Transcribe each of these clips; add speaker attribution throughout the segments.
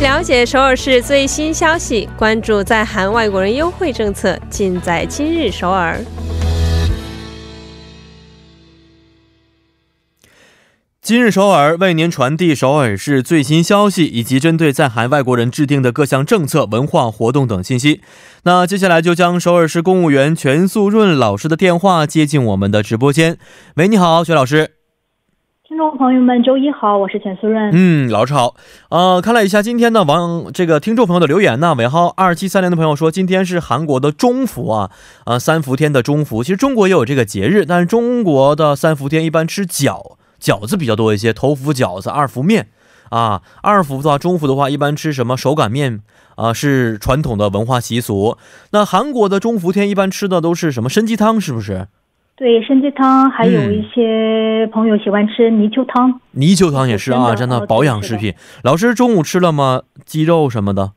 Speaker 1: 了解首尔市最新消息，关注在韩外国人优惠政策，尽在今日首尔。
Speaker 2: 今日首尔为您传递首尔市最新消息，以及针对在韩外国人制定的各项政策、文化活动等信息。那接下来就将首尔市公务员全素润老师的电话接进我们的直播间。喂，你好，全老师。
Speaker 3: 听众朋友们，周一好，我是钱素任。
Speaker 2: 嗯，老师好。呃，看了一下今天的网这个听众朋友的留言呢，尾号二七三零的朋友说，今天是韩国的中伏啊，啊、三伏天的中伏。其实中国也有这个节日，但是中国的三伏天一般吃饺饺子比较多一些，头伏饺子，二伏面啊。二伏的话，中伏的话，一般吃什么手擀面啊，是传统的文化习俗。那韩国的中伏天一般吃的都是什么参鸡汤，是不是？
Speaker 3: 对参鸡汤，还有
Speaker 2: 嗯
Speaker 3: 一些朋友喜欢吃泥鳅汤。
Speaker 2: 泥鳅汤也是啊，真
Speaker 3: 真的
Speaker 2: 的
Speaker 3: 哦
Speaker 2: 保养
Speaker 3: 对
Speaker 2: 食
Speaker 3: 是的
Speaker 2: 品。老师中午吃了吗？鸡肉什么的？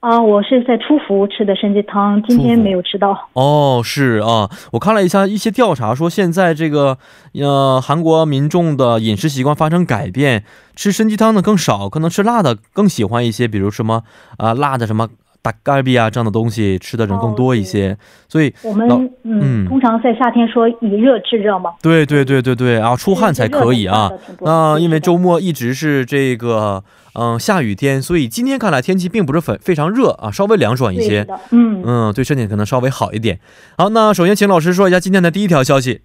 Speaker 3: 啊，我是在初伏吃的参鸡汤，今天
Speaker 2: 初伏
Speaker 3: 没有吃到。
Speaker 2: 哦，是啊，我看了一下一些调查，说现在这个呃韩国民众的饮食习惯发生改变，吃参鸡汤的更少，可能吃辣的更喜欢一些，比如什么啊、辣的什么大咖比啊这样的东西吃的人更多一些，
Speaker 3: 哦
Speaker 2: 所以
Speaker 3: 我们
Speaker 2: 老嗯
Speaker 3: 嗯，通常在夏天说以热制热嘛，
Speaker 2: 对对对对对啊，出汗才可以啊。那因为周末一直是这个嗯、下雨天，所以今天看来天气并不是非非常热啊，稍微凉爽一
Speaker 3: 对是
Speaker 2: 些，
Speaker 3: 的，嗯，
Speaker 2: 嗯，对身体可能稍微好一点。好，那首先请老师说一下今天的第一条消息。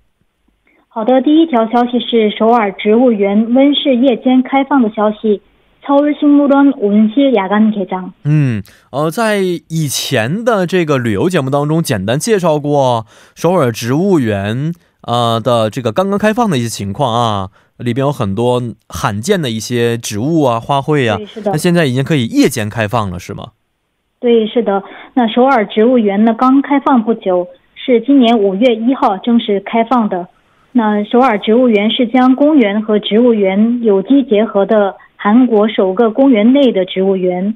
Speaker 3: 好的，第一条消息是首尔植物园温室夜间开放的消息。서울식물원온실야간개장。
Speaker 2: 嗯，呃，在以前的这个旅游节目当中，简单介绍过首尔植物园呃的这个刚刚开放的一些情况啊，里边有很多罕见的一些植物啊、花卉呀、
Speaker 3: 对，是的
Speaker 2: 那。现在已经可以夜间开放了，是吗？
Speaker 3: 对，是的。那首尔植物园呢，刚开放不久，是今年五月一号正式开放的。那首尔植物园是将公园和植物园有机结合的韩国首个公园内的植物园。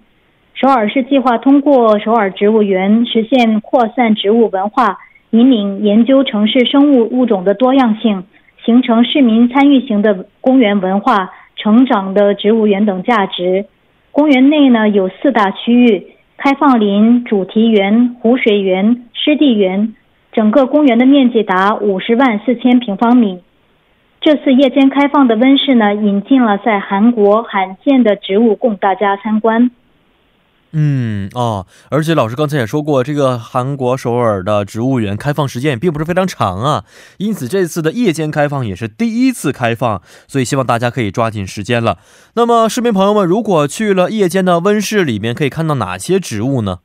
Speaker 3: 首尔市计划通过首尔植物园实现扩散植物文化，引领研究城市生物物种的多样性，形成市民参与型的公园文化、成长的植物园等价值。公园内呢有四大区域：开放林、主题园、湖水园、湿地园。整个公园的面积达五十万四千平方米。这次夜间开放的温室呢，引进了在韩国罕见的植物供大家参观。
Speaker 2: 嗯哦，而且老师刚才也说过，这个韩国首尔的植物园开放时间也并不是非常长啊，因此这次的夜间开放也是第一次开放，所以希望大家可以抓紧时间了。那么，市民朋友们，如果去了夜间的温室里面，可以看到哪些植物呢？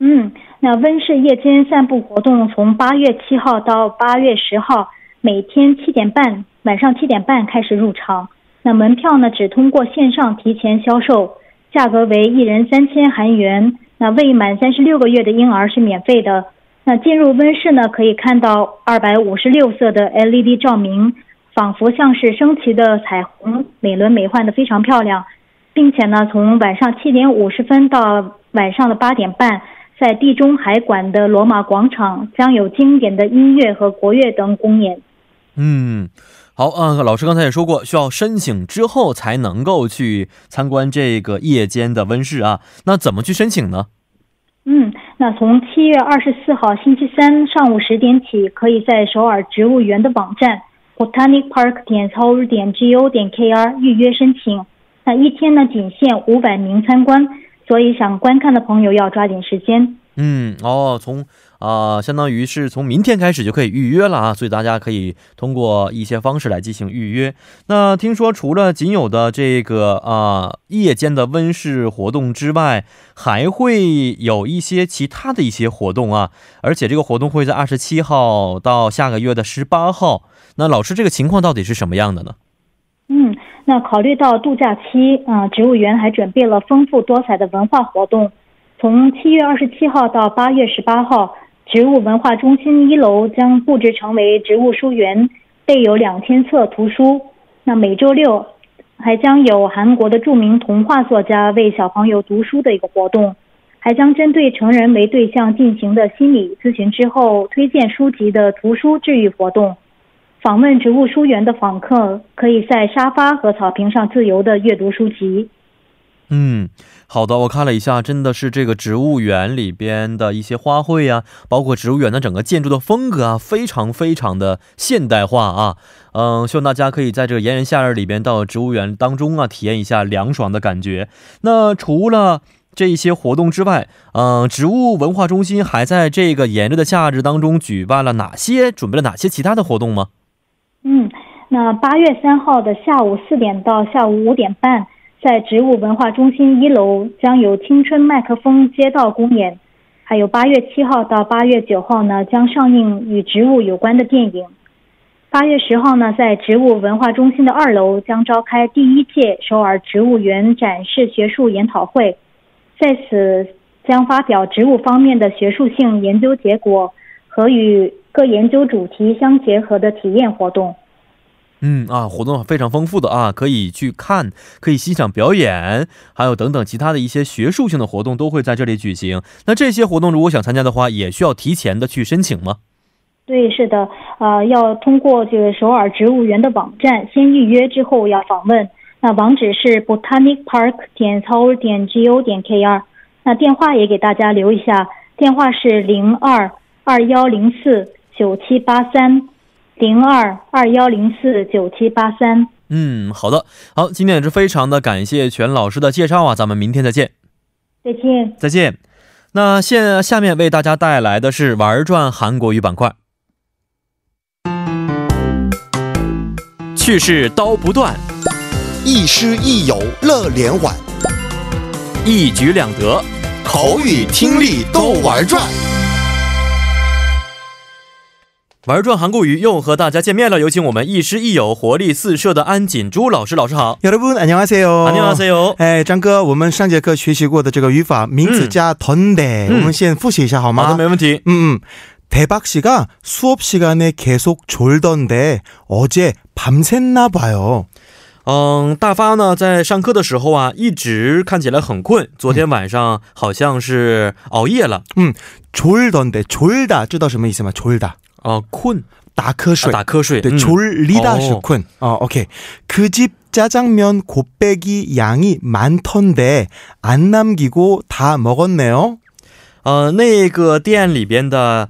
Speaker 3: 嗯，那温室夜间散步活动从八月七号到八月十号，每天七点半，晚上七点半开始入场。那门票呢，只通过线上提前销售，价格为一人三千韩元。那未满三十六个月的婴儿是免费的。那进入温室呢，可以看到二百五十六色的 LED 照明，仿佛像是升旗的彩虹，美轮美奂的，非常漂亮。并且呢，从晚上七点五十分到晚上的八点半，在地中海馆的罗马广场将有经典的音乐和国乐等公演。
Speaker 2: 嗯，好啊、老师刚才也说过，需要申请之后才能够去参观这个夜间的温室啊。那怎么去申请呢？
Speaker 3: 嗯，那从七月二十四号星期三上午十点起，可以在首尔植物园的网站 botanic park 点 seoul 点 go 点 kr 预约申请。那一天呢，仅限五百名参观，所以想观看的朋友要抓紧时间。
Speaker 2: 嗯，哦，从啊、相当于是从明天开始就可以预约了啊，所以大家可以通过一些方式来进行预约。那听说除了仅有的这个啊、夜间的温室活动之外，还会有一些其他的一些活动啊，而且这个活动会在二十七号到下个月的十八号。那老师，这个情况到底是什么样的呢？
Speaker 3: 嗯，那考虑到度假期，啊、植物园还准备了丰富多彩的文化活动。从七月二十七号到八月十八号，植物文化中心一楼将布置成为植物书园，备有两千册图书。那每周六还将有韩国的著名童话作家为小朋友读书的一个活动，还将针对成人为对象进行的心理咨询之后推荐书籍的图书治愈活动。访问植物书园的访客可以在沙发和草坪上自由地阅读书籍。
Speaker 2: 嗯，好的，我看了一下，真的是这个植物园里边的一些花卉呀、包括植物园的整个建筑的风格啊，非常非常的现代化啊。嗯，希望大家可以在这个炎炎夏日里边到植物园当中啊，体验一下凉爽的感觉。那除了这一些活动之外，嗯、植物文化中心还在这个炎热的夏日当中举办了哪些，准备了哪些其他的活动吗？
Speaker 3: 嗯，那八月三号的下午四点到下午五点半，在植物文化中心一楼将有青春麦克风街道公演，还有八月七号到八月九号呢将上映与植物有关的电影。八月十号呢，在植物文化中心的二楼将召开第一届首尔植物园展示学术研讨会，在此将发表植物方面的学术性研究结果和与各研究主题相结合的体验活动。
Speaker 2: 嗯啊，活动非常丰富的啊，可以去看，可以欣赏表演，还有等等其他的一些学术性的活动都会在这里举行。那这些活动如果想参加的话，也需要提前的去申请吗？
Speaker 3: 对，是的，呃，要通过这个首尔植物园的网站先预约，之后要访问。那网址是 botanic park 点 seoul 点 go 点 kr。那电话也给大家留一下，电话是零二二幺零四九七八三，零二二幺零四九七八三。
Speaker 2: 嗯，好的，好，今天也是非常的感谢全老师的介绍啊，咱们明天再见。
Speaker 3: 再见。
Speaker 2: 再见。那现下面为大家带来的是玩转韩国语板块。去世刀不断，
Speaker 4: 亦师亦友乐连环，
Speaker 2: 一举两得。
Speaker 4: 口语听力都玩转。
Speaker 2: 玩转韩国语又和大家见面了，有请我们亦师亦友、活力四射的安锦珠老师。老师好，啊
Speaker 5: 여러분 안녕하세요. 예,
Speaker 2: 안녕하세요。
Speaker 5: 哎，张哥，我们上节课学习过的这个语法，名词加
Speaker 2: 음.
Speaker 5: 던데，、我们先复习一下好
Speaker 2: 好
Speaker 5: 吗？
Speaker 2: 的，没问题。
Speaker 5: 음, 음. 대박 씨가 수업 시간에 계속 졸던데 어제 밤샜나 봐요.
Speaker 2: 嗯，大发呢，在上课的时候啊，一直看起来很困。昨天晚上好像是熬夜了
Speaker 5: 졸던데 졸다 知道什么意思吗? 졸다.
Speaker 2: 啊、困啊
Speaker 5: 哦打瞌睡.
Speaker 2: 打瞌睡。
Speaker 5: 네,
Speaker 2: 嗯
Speaker 5: 졸리다
Speaker 2: 아, 어.
Speaker 5: 슈쿤. 어, 오케이. 그 집 짜장면 곱빼기 양이 많던데 안 남기고 다 먹었네요.
Speaker 2: 呃，那个店里边的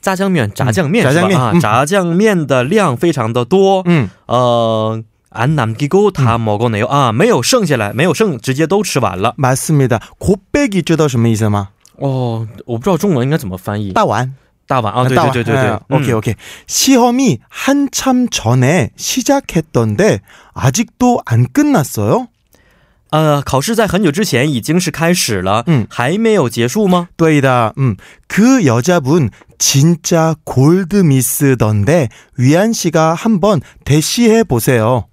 Speaker 2: 炸酱面、炸酱面、
Speaker 5: 炸酱面
Speaker 2: 是吧啊，
Speaker 5: 嗯
Speaker 2: 炸酱面的量非常的多。
Speaker 5: 음.
Speaker 2: 呃，안남기고
Speaker 5: 嗯
Speaker 2: 다먹었네요啊，没有剩下来，没有剩，直接都吃完了。
Speaker 5: 맞습니다. 곱빼기 知道什么意思吗?
Speaker 2: 哦，我不知道中文应该怎么翻译。
Speaker 5: 따완.
Speaker 2: 大
Speaker 5: 아,
Speaker 2: 碗啊，对
Speaker 5: 네,
Speaker 2: 对对对对，
Speaker 5: 오케이,
Speaker 2: 嗯
Speaker 5: 오케이. 시험이 한참 전에 시작했던데 아직도 안 끝났어요?
Speaker 2: 呃，考试在很久之前已经是开始了，
Speaker 5: 嗯
Speaker 2: 还没有结束吗？
Speaker 5: 또이다. 음. 그 여자분 진짜 골드미스던데 위안 씨가 한번 대시해 보세요.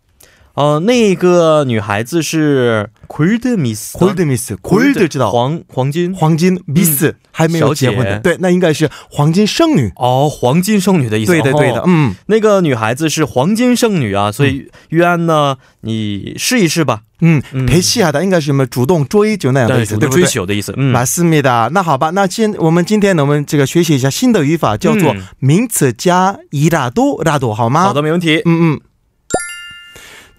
Speaker 2: 呃，那个女孩子是 Gold Miss，
Speaker 5: 골드미스. 골드 啊 어. 음. 知道
Speaker 2: 黄黄金
Speaker 5: 黄金 miss 还没有结婚
Speaker 2: 小姐
Speaker 5: 的，对，那应该是黄金剩女。
Speaker 2: 哦，黄金剩女的意思。
Speaker 5: 对的，对
Speaker 2: 哦
Speaker 5: 的，嗯，
Speaker 2: 那个女孩子是黄金剩女啊，所以约安呢，你试一试吧，
Speaker 5: 嗯
Speaker 2: 嗯，
Speaker 5: 陪西亚的应该是什么主动追求那样的意思，
Speaker 2: 主
Speaker 5: 对
Speaker 2: 动
Speaker 5: 不
Speaker 2: 追
Speaker 5: 对？
Speaker 2: 求的意思。嗯，
Speaker 5: 马思密达，那好吧，那今我们今天呢，我们这个学习一下新的语法，叫做
Speaker 2: 嗯
Speaker 5: 名词加一大多大多，好吗？
Speaker 2: 好的，，没问题。
Speaker 5: 嗯嗯。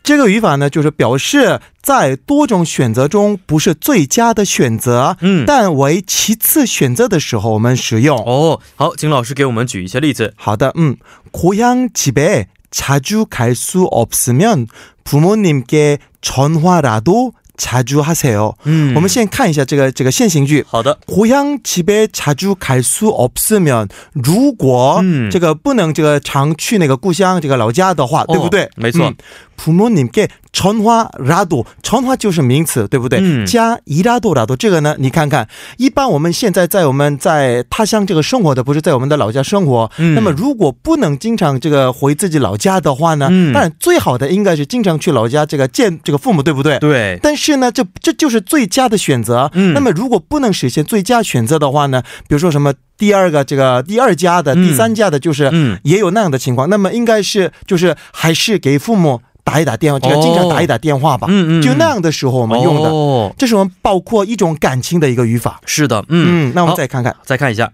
Speaker 5: 这个语法呢，就是表示在多种选择中不是最佳的选择，
Speaker 2: 嗯
Speaker 5: 但为其次选择的时候我们使用。
Speaker 2: 哦，好，请老师给我们举一些例子。
Speaker 5: 하다 음 고향 집에 자주 갈 수 없으면 부모님께 전화라도 자주 하세요.
Speaker 2: 嗯，
Speaker 5: 我们先看一下这个这个现行句。
Speaker 2: 好的，
Speaker 5: 고향 집에 자주 갈 수 없으면 如果
Speaker 2: 음.
Speaker 5: 这个不能这个常去那个故乡这个老家的话，对不对？
Speaker 2: 哦
Speaker 5: 嗯
Speaker 2: 没错。
Speaker 5: 부모님께 전화라도 전화 就是名词，对不对？
Speaker 2: 嗯。
Speaker 5: 加一拉多拉多这个呢，你看看，一般我们现在在我们在他乡这个生活的，不是在我们的老家生活。
Speaker 2: 嗯，
Speaker 5: 那么如果不能经常这个回自己老家的话呢，
Speaker 2: 嗯
Speaker 5: 当然最好的应该是经常去老家这个见这个父母，对不对？
Speaker 2: 对，
Speaker 5: 但是呢，这这就是最佳的选择。
Speaker 2: 嗯
Speaker 5: 那么如果不能实现最佳选择的话呢，比如说什么第二个这个第二家的、
Speaker 2: 嗯
Speaker 5: 第三家的，就是、
Speaker 2: 嗯，
Speaker 5: 也有那样的情况。那么应该是就是还是给父母打一打电话，这个
Speaker 2: 哦
Speaker 5: 经常打一打电话吧。
Speaker 2: 嗯嗯嗯
Speaker 5: 就那样的时候我
Speaker 2: 我
Speaker 5: 们用的，
Speaker 2: 哦，
Speaker 5: 这是我们包括一种感情的一个语法。
Speaker 2: 是的，嗯，
Speaker 5: 那我们
Speaker 2: 好
Speaker 5: 再看看。
Speaker 2: 再看一下，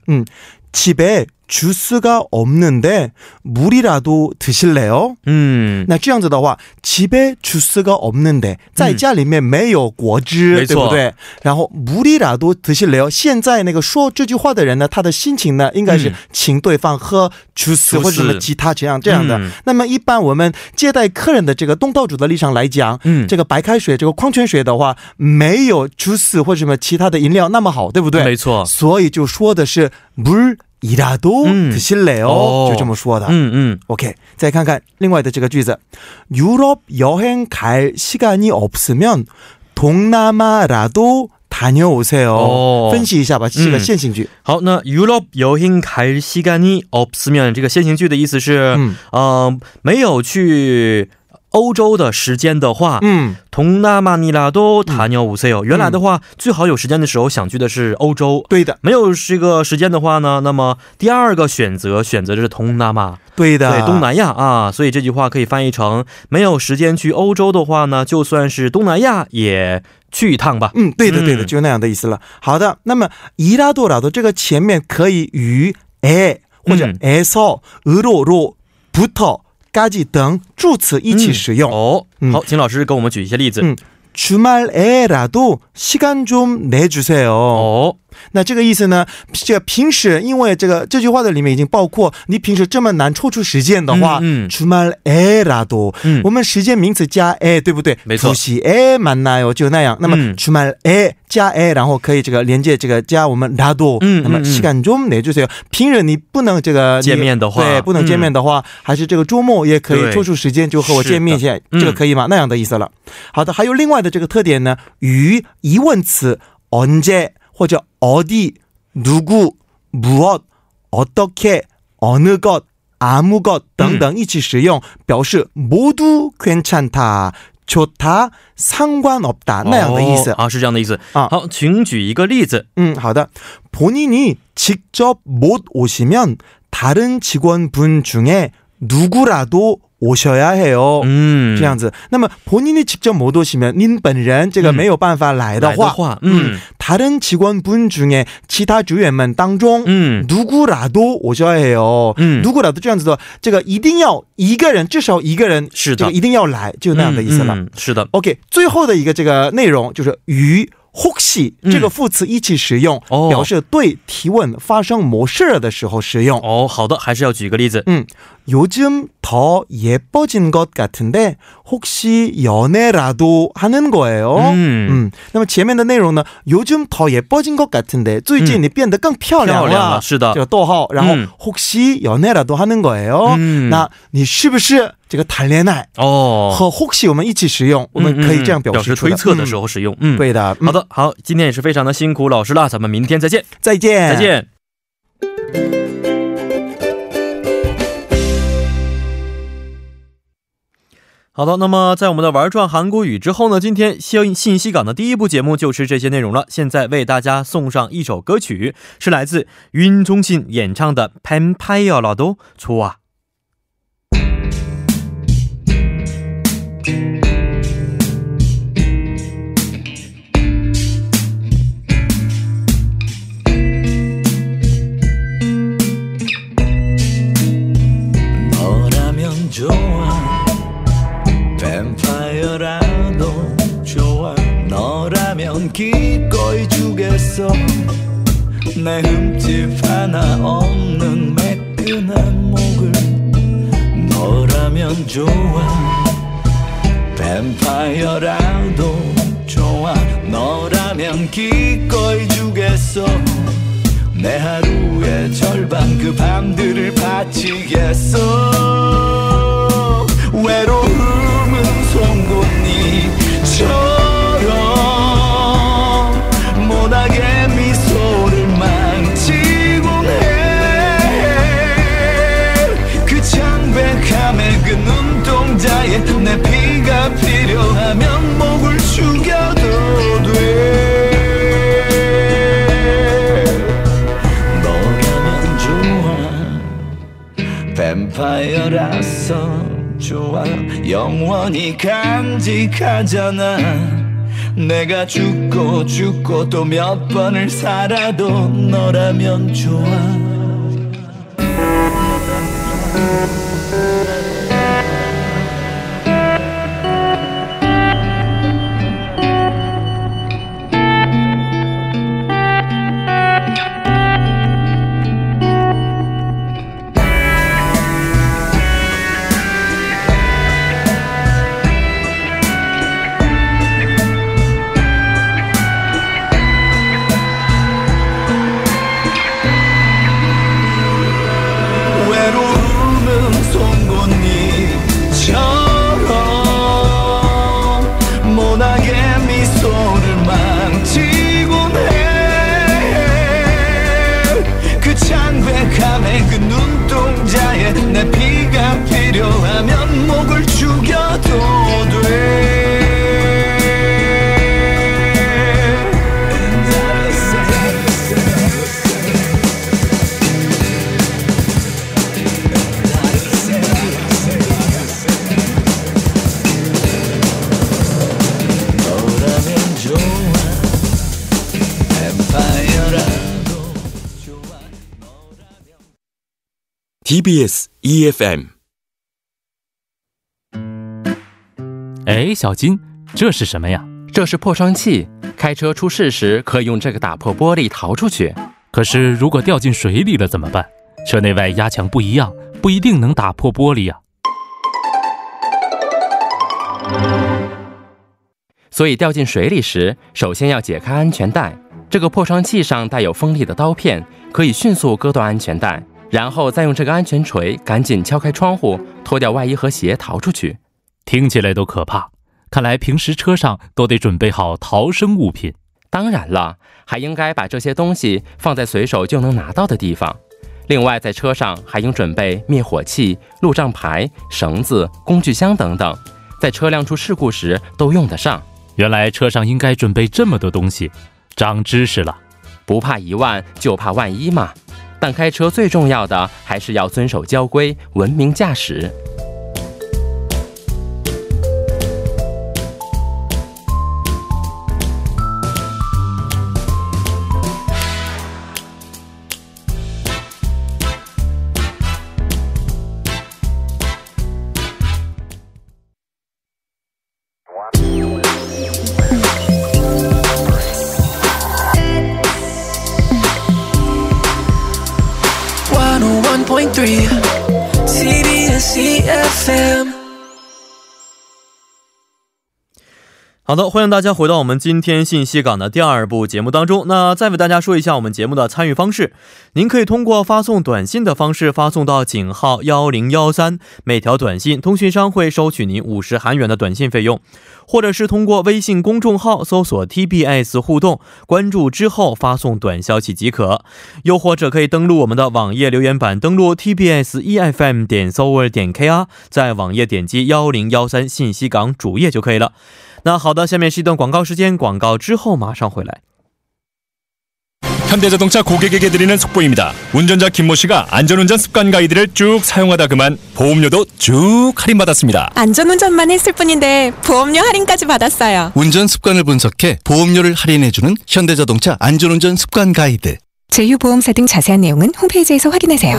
Speaker 5: 집에 주스가 없는데 물이라도 드실래요?
Speaker 2: 嗯，
Speaker 5: 那这样子的话，집에주스가 없는데，在家里面没有果汁，
Speaker 2: 嗯没
Speaker 5: 对
Speaker 2: 错
Speaker 5: 不对？然后무리라도드실래요？现在那个说这句话的人呢，他的心情呢，应该是
Speaker 2: 嗯
Speaker 5: 请对方喝주스
Speaker 2: juice
Speaker 5: 或者什么其他这样这样的、
Speaker 2: 嗯
Speaker 5: 那么一般我们接待客人的这个东道主的立场来讲，
Speaker 2: 嗯
Speaker 5: 这个白开水、这个矿泉水的话，没有주스或者什么其他的饮料那么好，对不对？
Speaker 2: 没错
Speaker 5: 所以就说的是물이라도
Speaker 2: 嗯
Speaker 5: 드실래요，
Speaker 2: 哦
Speaker 5: 就这么说的。
Speaker 2: 嗯嗯，
Speaker 5: OK，再看看另外的这个句子유럽여행갈시간이없으면동남아라도다녀오세요。
Speaker 2: 哦
Speaker 5: 分析一下吧，这是个
Speaker 2: 嗯
Speaker 5: 线性句。
Speaker 2: 好，那 Europe 여행 갈 시간이 없으면 这个先行句的意思是，嗯
Speaker 5: 嗯，
Speaker 2: 呃，没有去欧洲的时间的话，
Speaker 5: 嗯，
Speaker 2: 同那马尼拉都塔鸟五 C 哦。原来的话，最好有时间的时候想去的是欧洲。
Speaker 5: 对的，
Speaker 2: 没有这个时间的话呢，那么第二个选择选择的是同那马，
Speaker 5: 对的，
Speaker 2: 对东南亚啊，所以这句话可以翻译成：没有时间去欧洲的话呢，就算是东南亚也去一趟吧。
Speaker 5: 嗯，对的，对的，
Speaker 2: 嗯
Speaker 5: 就那样的意思了。好的，那么이라도라도这个前面可以与에或者
Speaker 2: 嗯
Speaker 5: 에서으로로부터까지等助词一
Speaker 2: 음。
Speaker 5: 起使用。
Speaker 2: 哦，
Speaker 5: 嗯
Speaker 2: 好，请老师给我们举一些例子。
Speaker 5: 嗯주말에라도시간좀내주세요。
Speaker 2: 哦，
Speaker 5: 那这个意思呢？这个平时因为这个这句话的里面已经包括，你平时这么难抽出时间的话，
Speaker 2: 嗯嗯
Speaker 5: 出门哎啦多，
Speaker 2: 嗯
Speaker 5: 我们时间名词加哎，对不对？
Speaker 2: 没错
Speaker 5: 复习哎蛮难哟，就那样。那么
Speaker 2: 嗯
Speaker 5: 出门哎加哎，然后可以这个连接这个加我们拉多，
Speaker 2: 嗯嗯
Speaker 5: 那么시간좀내就是平日你不能这个
Speaker 2: 见面的话嗯
Speaker 5: 对，不能见面的话，还是这个周末也可
Speaker 2: 对
Speaker 5: 以抽出时间就和我
Speaker 2: 是的
Speaker 5: 见面一下，
Speaker 2: 嗯
Speaker 5: 这个可以吗？那样的意思了。好的，还有另外的这个特点呢，与疑问词언제或者어디누구무엇어떻게어느것아무것等等一起使用，表示모두괜찮다좋다상관없다那样的意思
Speaker 2: 哦。啊，是这样的意思
Speaker 5: 啊
Speaker 2: 好，请举一个例子。
Speaker 5: 嗯好的본인이직접못오시면다른직원분중에누구라도오셔야해요。
Speaker 2: 嗯，
Speaker 5: 这样子，那么본인이직접못오시면您本人这个
Speaker 2: 嗯
Speaker 5: 没有办法来的
Speaker 2: 来的
Speaker 5: 话，
Speaker 2: 话，嗯
Speaker 5: 다른직원분중에其他职员们当中，
Speaker 2: 嗯
Speaker 5: 누구라도오셔야해요。
Speaker 2: 嗯
Speaker 5: 누구라도这样子的，这个一定要一个人，至少一个人，
Speaker 2: 是的
Speaker 5: 这个一定要来，就那样的意思了。
Speaker 2: 嗯嗯是的，
Speaker 5: OK，最后的一个这个内容就是与 혹시
Speaker 2: 嗯
Speaker 5: 这个副词一起使用，
Speaker 2: 哦
Speaker 5: 表示对提问发生模式的时候使用。
Speaker 2: 哦，好的，还是要举一个例子。
Speaker 5: 음, 요즘 더 예뻐진 것 같은데 혹시 연애라도 하는 거예요? 嗯
Speaker 2: 음.
Speaker 5: 那么前面的内容呢 요즘 더 예뻐진 것 같은데
Speaker 2: 嗯。
Speaker 5: 最近你变得更漂亮了。
Speaker 2: 漂亮了，是的。
Speaker 5: 这个逗号，然后
Speaker 2: 嗯。
Speaker 5: 혹시 연애라도 하는 거예요?
Speaker 2: 嗯。
Speaker 5: 那你是不是这个谈恋爱？
Speaker 2: 哦，嗯
Speaker 5: 和 혹시 我们一起使用，我
Speaker 2: 음,
Speaker 5: 们可以这样表
Speaker 2: 表
Speaker 5: 示
Speaker 2: 示
Speaker 5: 出的
Speaker 2: 推测的时候使用。嗯，
Speaker 5: 嗯对的。嗯
Speaker 2: 好，的，好，今天也是非常的辛苦老师了，咱们明天再见，
Speaker 5: 再见，
Speaker 2: 再。见。好的，那么在我们的玩转韩国语之后呢，今天信信息港的第一部节目就是这些内容了。现在为大家送上一首歌曲，是来自云中信演唱的《팬파이어라도좋아》。
Speaker 6: 너라면 좋아 뱀파이어라도 좋아 너라면 기꺼이 주겠어 내 흠집 하나 없는 매끈한 목을 너라면 좋아 뱀파이어라도 좋아 너라면 기꺼이 주겠어 내 하루의 절반 그 밤들을 바치겠어 외로움은 송곳니처럼 못하게 미소를 망치곤 해그 창백함의 그 눈동자에 내 피가 필요하면 목을 죽여도 돼 너라면 좋아 뱀파이어라서 좋아 영원히 간직하잖아 내가 죽고 죽고 또 몇 번을 살아도 너라면 좋아 외로움은 송곳니처럼 모나게 미소를 망치곤 해그 창백함에 그 눈동자에 내 피가 필요하면 목을 죽여도 돼 너라면 좋아 엠파이어라
Speaker 7: TBS EFM。
Speaker 8: 哎，小金，这是什么呀？
Speaker 9: 嗯这是破窗器，开车出事时可以用这个打破玻璃逃出去。
Speaker 8: 可是如果掉进水里了怎么办？车内外压强不一样，不一定能打破玻璃啊呀、
Speaker 9: 所以掉进水里时，首先要解开安全带。这个破窗器上带有锋利的刀片，可以迅速割断安全带，然后再用这个安全锤赶紧敲开窗户，脱掉外衣和鞋逃出去。
Speaker 8: 听起来都可怕。看来平时车上都得准备好逃生物品。
Speaker 9: 当然了，还应该把这些东西放在随手就能拿到的地方。另外，在车上还应准备灭火器、路障牌、绳子、工具箱等等，在车辆出事故时都用得上。
Speaker 8: 原来车上应该准备这么多东西，长知识了。
Speaker 9: 不怕一万，就怕万一嘛。但开车最重要的还是要遵守交规，文明驾驶。
Speaker 10: 101.3 CBS EFM
Speaker 2: 好的，欢迎大家回到我们今天信息港的第二部节目当中。那再为大家说一下我们节目的参与方式，您可以通过发送短信的方式发送到井号幺零幺三，每条短信通讯商会收取您五十韩元的短信费用，或者是通过微信公众号搜索 TBS 互动，关注之后发送短消息即可。又或者可以登录我们的网页留言板，登录 tbs efm 点 s o v e r 点 kr，在网页点击幺零幺三信息港主页就可以了。那好的，下面是一段广告时间，广告之后马上回来。
Speaker 11: 현대자동차 고객에게 드리는 속보입니다. 운전자 김모 씨가 안전운전 습관 가이드를 쭉 사용하다 그만 보험료도 쭉 할인받았습니다.
Speaker 12: 안전운전만 했을 뿐인데 보험료 할인까지 받았어요.
Speaker 13: 운전 습관을 분석해 보험료를 할인해주는 현대자동차 안전운전 습관 가이드.
Speaker 12: 제휴보험사 등 자세한 내용은 홈페이지에서 확인하세요.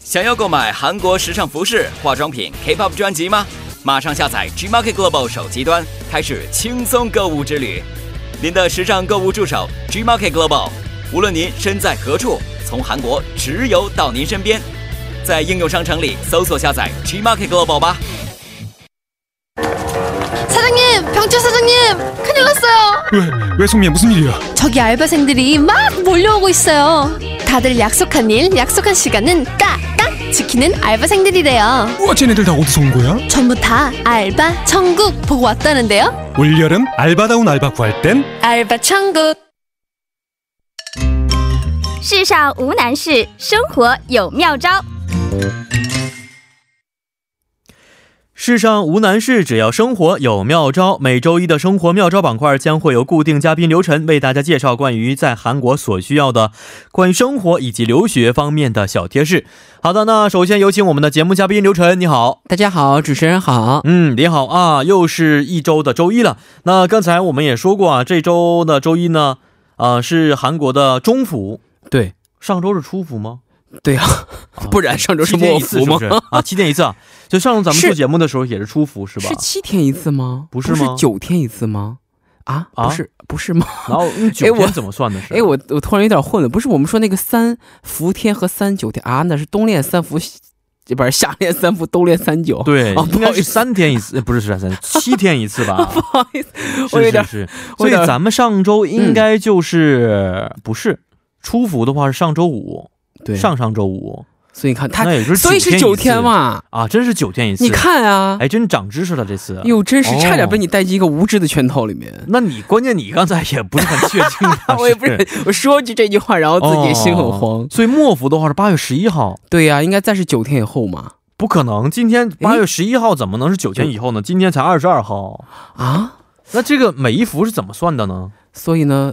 Speaker 14: 想要购买韩国时尚服饰、化妆品、K-pop 专辑吗？马上下载 Gmarket Global 手机端，开始轻松购物之旅。您的时尚购物助手 Gmarket Global，无论您身在何处，从韩国直邮到您身边。在应用商城里搜索下载 Gmarket Global 吧。
Speaker 15: 사장님, 병철 사장님, 큰일 났어요.
Speaker 11: 왜, 왜 송미야 무슨 일이야?
Speaker 15: 저기 알바생들이 막 몰려오고 있어요. 다들 약속한 일, 약속한 시간은 딱딱 지키는 알바생들이래요.
Speaker 11: 우와 쟤네들 다 어디서 온 거야?
Speaker 15: 전부 다 알바 천국 보고 왔다는데요.
Speaker 11: 올여름 알바다운 알바 구할 땐
Speaker 15: 알바 천국.
Speaker 16: 世上无难事，生活有妙招。
Speaker 2: 世上无难事，只要生活有妙招。每周一的生活妙招板块将会由固定嘉宾刘晨为大家介绍关于在韩国所需要的关于生活以及留学方面的小贴士。好的，那首先有请我们的节目嘉宾刘晨，你好，
Speaker 17: 大家好，主持人好。
Speaker 2: 嗯，你好啊，又是一周的周一了。那刚才我们也说过啊，这周的周一呢，啊、是韩国的中伏，
Speaker 17: 对，
Speaker 2: 上周是初伏吗？
Speaker 7: 对呀、不然上周
Speaker 2: 七
Speaker 7: 是
Speaker 2: 天
Speaker 7: 末
Speaker 2: 一次
Speaker 7: 伏
Speaker 2: 是
Speaker 7: 吗？
Speaker 2: 不是啊？七天一次啊，就上次咱们做节目的时候也是初伏是
Speaker 11: 그
Speaker 2: 吧？
Speaker 11: 뭐?
Speaker 7: 是七天一次吗？
Speaker 2: 不是
Speaker 7: 是
Speaker 2: 吗
Speaker 7: 九天一次吗？啊，
Speaker 11: 아?
Speaker 2: 啊
Speaker 7: 不是，不是吗？
Speaker 2: 然后嗯九
Speaker 7: 哎我
Speaker 2: 天怎么算的是？
Speaker 7: 哎，我我突然有点混了，不是我们说那个三伏天和三九天啊？那是冬练三伏，这不是夏练三伏，冬练三九。
Speaker 2: 对，
Speaker 7: 哦，
Speaker 2: 应
Speaker 7: 不
Speaker 2: 该
Speaker 7: 好
Speaker 2: 是
Speaker 7: 意思，
Speaker 2: 三天一次，呃不是是三天，七天 一次吧？不好意思
Speaker 7: 我有点
Speaker 2: 是是是。
Speaker 7: 我
Speaker 2: 所
Speaker 7: 有
Speaker 2: 以
Speaker 7: 点嗯
Speaker 2: 咱们上周应该就是、不是初伏的话是上周五，
Speaker 11: 네.
Speaker 7: 对
Speaker 2: 上上周五，
Speaker 7: 所以你看他
Speaker 2: 那也就是
Speaker 7: 所以是
Speaker 2: 九
Speaker 7: 九天嘛？
Speaker 2: 啊，真是九天一次。
Speaker 7: 你看啊，
Speaker 2: 还真长知识了这次。
Speaker 7: 哟，真是差点被
Speaker 2: 哦
Speaker 7: 你带进一个无知的圈套里面。
Speaker 2: 那你关键你刚才也不是很确定啊，
Speaker 7: 我也不是，我说句这句话，然后自己也心很慌。
Speaker 2: 哦所以末伏的话是八月十一号，
Speaker 7: 对呀、应该再是九天以后嘛？
Speaker 2: 不可能，今天八月十一号怎么能是九天以后呢？今天才二十二号，
Speaker 7: 啊，
Speaker 2: 那这个每一伏是怎么算的呢？
Speaker 7: 所以 呢，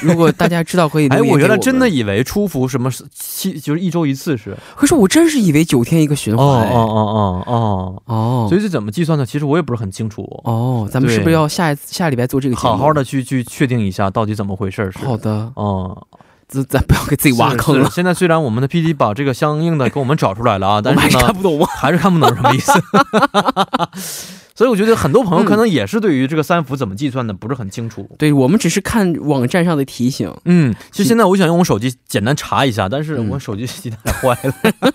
Speaker 7: 如果大家知道可以
Speaker 2: 哎，
Speaker 7: 留言
Speaker 2: 我
Speaker 7: 给
Speaker 2: 原来
Speaker 7: 们
Speaker 2: 真的，以为初伏什么是七，就是一周一次是。
Speaker 7: 可是我真是以为九天一个循
Speaker 2: 哦
Speaker 7: 环。
Speaker 2: 哦哦哦
Speaker 7: 哦
Speaker 2: 哦，所以这怎么计算的？其实我也不是很清楚。
Speaker 7: 哦，咱们是不
Speaker 2: 对
Speaker 7: 是要下一次下礼拜做这个节目？
Speaker 2: 好好的去去确定一下到底怎么回事儿是。
Speaker 7: 好的，
Speaker 2: 哦，
Speaker 7: 咱咱不要给自己挖坑
Speaker 2: 是
Speaker 7: 了
Speaker 2: 是，现在虽然我们的 PD 把这个相应的给我们找出来了啊，但
Speaker 7: 我们还
Speaker 2: 是
Speaker 7: 是
Speaker 2: 呢
Speaker 7: 看，不懂吗？
Speaker 2: 还是看不懂什么 意思。所以我觉得很多
Speaker 7: 嗯
Speaker 2: 朋友可能也是对于这个三伏怎么计算的不是很清楚。
Speaker 7: 对我们只是看网站上的提醒，
Speaker 2: 嗯，其实现在我想用我手机简单查一下，但是
Speaker 7: 嗯
Speaker 2: 我手机系带坏了，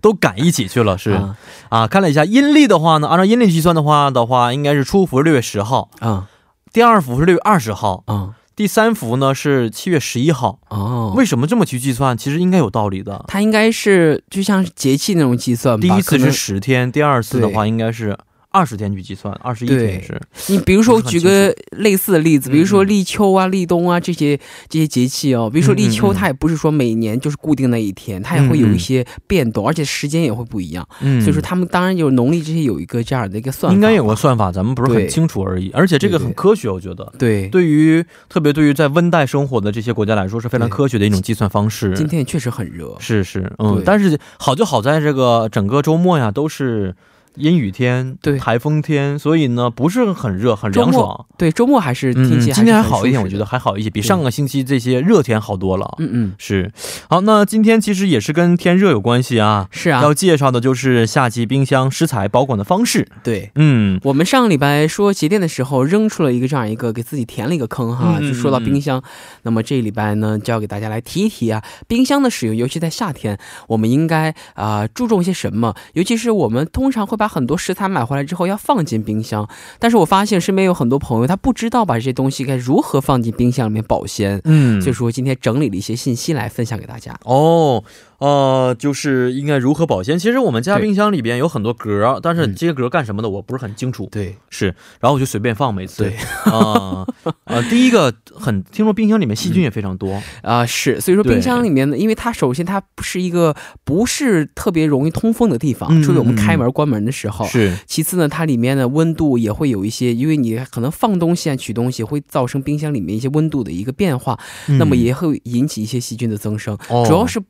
Speaker 2: 都赶一起去了，是啊
Speaker 7: 啊
Speaker 2: 看了一下阴历的话呢，按照阴历计算的话的话，应该是初伏是六月十号，
Speaker 7: 啊
Speaker 2: 第二伏是六月二十号，
Speaker 7: 啊
Speaker 2: 第三伏呢是七月十一号。
Speaker 7: 哦，
Speaker 2: 为什么这么去计算？其实应该有道理的。
Speaker 7: 它应该是就像是节气那种计算吧。
Speaker 2: 第一次
Speaker 7: 嗯可
Speaker 2: 是
Speaker 7: 能
Speaker 2: 十天，第二次的话
Speaker 7: 对
Speaker 2: 应该是二十天去计算，二十一天
Speaker 7: 对
Speaker 2: 是。
Speaker 7: 你比如说，我
Speaker 2: 不是
Speaker 7: 举
Speaker 2: 很清楚
Speaker 7: 个类似的例子，比如说
Speaker 2: 嗯嗯
Speaker 7: 立秋啊、立冬啊这些这些节气哦。比如说立
Speaker 2: 嗯嗯
Speaker 7: 秋，
Speaker 2: 嗯
Speaker 7: 它也不是说每年就是固定那一天，它也会有一些变动，而且时间也会不一样。
Speaker 2: 嗯
Speaker 7: 所以说，他们当然有农历这些有一个这样的一个算法，
Speaker 2: 应该有个算法，咱们不是很
Speaker 7: 对
Speaker 2: 清楚而已。而且这个
Speaker 7: 对对
Speaker 2: 很科学，我觉得。
Speaker 7: 对。
Speaker 2: 对于特别对于在温带生活的这些国家来说，是非常
Speaker 7: 对
Speaker 2: 科学的一种计算方式。
Speaker 7: 今天也确实很热，
Speaker 2: 是是，嗯
Speaker 7: 对，
Speaker 2: 但是好就好在这个整个周末呀都是阴雨天，
Speaker 7: 对
Speaker 2: 台风天，所以呢不是很热，很
Speaker 7: 周
Speaker 2: 凉爽
Speaker 7: 末。对周末还是
Speaker 2: 嗯，
Speaker 7: 天气
Speaker 2: 今天还
Speaker 7: 还
Speaker 2: 好一点，我觉
Speaker 7: 得，
Speaker 2: 得还好一些，比
Speaker 7: 对
Speaker 2: 上个星期这些热天好多了。
Speaker 7: 嗯嗯，
Speaker 2: 是，好，那今天其实也是跟天热有关系啊。
Speaker 7: 是啊
Speaker 2: 要，介绍的就是夏季冰箱食材保管的方式。
Speaker 7: 对。
Speaker 2: 嗯，
Speaker 7: 我们上个礼拜说节电的时候，扔出了一个这样一个给自己填了一个坑哈，
Speaker 2: 嗯
Speaker 7: 就说到冰箱。那么这一礼拜呢，就要给大家来提一提啊，冰箱的使用，尤其在夏天，我们应该啊、注重些什么？尤其是我们通常会把很多食材买回来之后要放进冰箱，但是我发现身边有很多朋友他不知道把这些东西该如何放进冰箱里面保鲜，
Speaker 2: 嗯
Speaker 7: 所以说今天整理了一些信息来分享给大家。
Speaker 2: 哦，呃，就是应该如何保鲜？其实我们家冰箱里边有很多格儿，啊但是这些格儿干什么的我不是很清楚。
Speaker 7: 嗯对，
Speaker 2: 是，然后我就随便放，每次
Speaker 7: 对。
Speaker 2: 啊呃，第一个很听说冰箱里面细菌也非常多，
Speaker 7: 啊、是，所以说
Speaker 2: 对
Speaker 7: 冰箱里面呢，因为它首先它不是一个不是特别容易通风的地方，
Speaker 2: 嗯
Speaker 7: 除了我们
Speaker 2: 嗯
Speaker 7: 开门
Speaker 2: 嗯
Speaker 7: 关门的时候。
Speaker 2: 是
Speaker 7: 其次呢，它里面的温度也会有一些，因为你可能放东西啊、取东西，会造成冰箱里面一些温度的一个变化，那么
Speaker 2: 嗯
Speaker 7: 也会引起一些细菌的增生。
Speaker 2: 哦
Speaker 7: 主要是